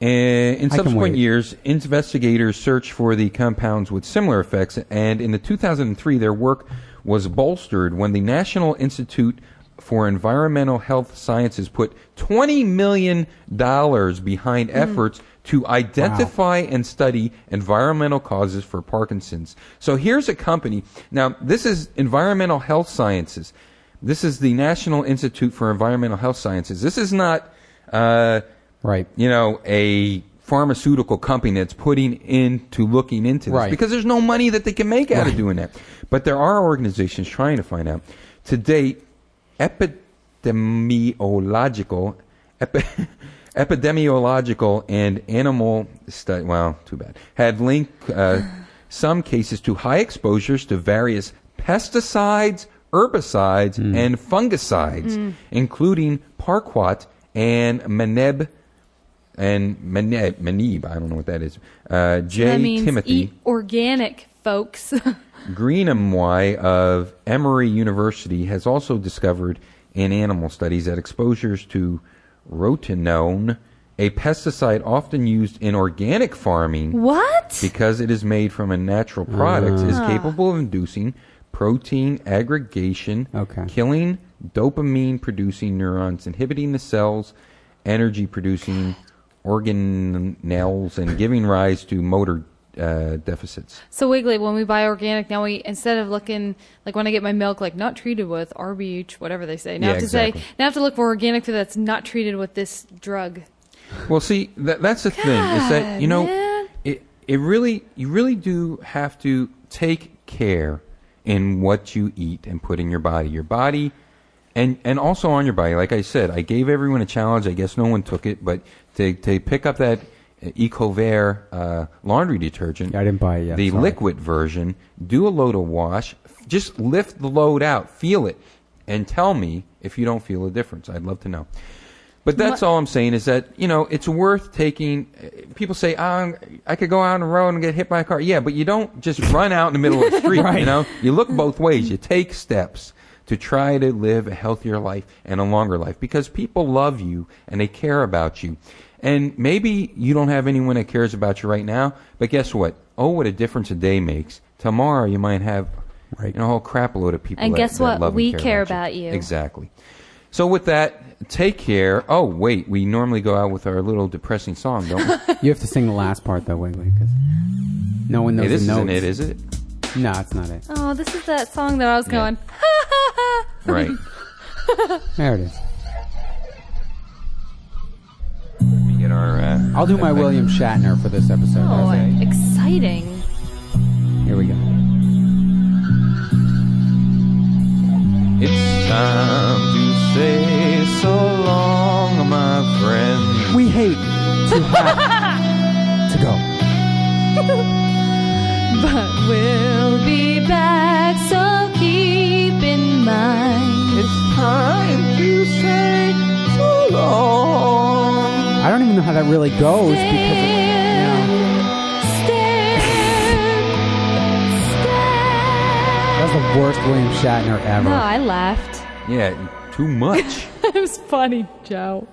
Speaker 5: Uh, in
Speaker 6: I can
Speaker 5: subsequent
Speaker 6: wait.
Speaker 5: years, investigators searched for the compounds with similar effects, and in the 2003, their work was bolstered when the National Institute for Environmental Health Sciences put 20 million dollars behind
Speaker 6: Hmm.
Speaker 5: efforts to identify and study environmental causes for Parkinson's. So here's a company. Now, this is Environmental Health Sciences. This is the National Institute for Environmental Health Sciences. This is not uh,
Speaker 6: Right.
Speaker 5: you know, a pharmaceutical company that's putting into looking into this
Speaker 6: Right.
Speaker 5: because there's no money that they can make out of doing that. But there are organizations trying to find out. To date, epidemiological, epi- epidemiological and animal study, well, too bad, had linked uh, some cases to high exposures to various pesticides, herbicides, and fungicides, including parquat and maneb and Maneb, Manib, I don't know what that is. Uh, J.
Speaker 4: that means eat
Speaker 5: Timothy
Speaker 4: organic, folks.
Speaker 5: Greenamoy of Emory University has also discovered in animal studies that exposures to rotenone, a pesticide often used in organic farming,
Speaker 4: what?
Speaker 5: because it is made from a natural product, is capable of inducing protein aggregation,
Speaker 6: Okay.
Speaker 5: killing dopamine producing neurons, inhibiting the cells, energy producing organelles, and giving rise to motor uh, deficits.
Speaker 4: So Wiggly, when we buy organic now, we instead of looking like when I get my milk, like not treated with RBH, whatever they say. Now I
Speaker 5: Yeah,
Speaker 4: have to
Speaker 5: exactly.
Speaker 4: say, now I have to look for organic food that's not treated with this drug.
Speaker 5: Well, see, that, that's the thing is that you know,
Speaker 4: man.
Speaker 5: it it really you really do have to take care in what you eat and put in your body. Your body. And, and also on your body, like I said, I gave everyone a challenge. I guess no one took it, but to, to pick up that uh, Ecovair uh, laundry detergent,
Speaker 6: Yeah, I didn't buy it yet,
Speaker 5: The
Speaker 6: sorry.
Speaker 5: liquid version. Do a load of wash. Just lift the load out, feel it, and tell me if you don't feel a difference. I'd love to know. But that's all I'm saying is that you know it's worth taking. uh, People say, oh, "I could go out on the road and get hit by a car." Yeah, but you don't just run out in the middle of the street. You know, you look both ways. You take steps to try to live a healthier life and a longer life because people love you and they care about you. And maybe you don't have anyone that cares about you right now, but guess what? Oh, what a difference a day makes. Tomorrow you might have
Speaker 6: Right.
Speaker 5: And a whole crap load of people.
Speaker 4: And
Speaker 5: that-
Speaker 4: guess
Speaker 5: that
Speaker 4: what?
Speaker 5: love and
Speaker 4: We care about you.
Speaker 5: Exactly. So with that, take care. Oh wait, we normally go out with our little depressing song, don't we?
Speaker 6: You have to sing the last part though, Wiggly, because no one knows
Speaker 5: hey, this
Speaker 6: the
Speaker 5: isn't
Speaker 6: notes.
Speaker 5: it, is it?
Speaker 6: No, it's not it.
Speaker 4: Oh, this is that song that I was going.
Speaker 5: Right.
Speaker 6: There it is.
Speaker 5: Let me get our. Uh,
Speaker 6: I'll do my
Speaker 5: thing.
Speaker 6: William Shatner for this episode.
Speaker 4: Oh,
Speaker 6: How's
Speaker 4: exciting.
Speaker 6: that? Here we go.
Speaker 5: It's time to say so long, my friend.
Speaker 6: We hate to have to go.
Speaker 4: But we'll be back, so keep in mind.
Speaker 5: It's time to say so long.
Speaker 6: I don't even know how that really goes because it, that's the worst William Shatner ever.
Speaker 4: No, I laughed.
Speaker 5: Yeah, too much.
Speaker 4: it was funny, Joe.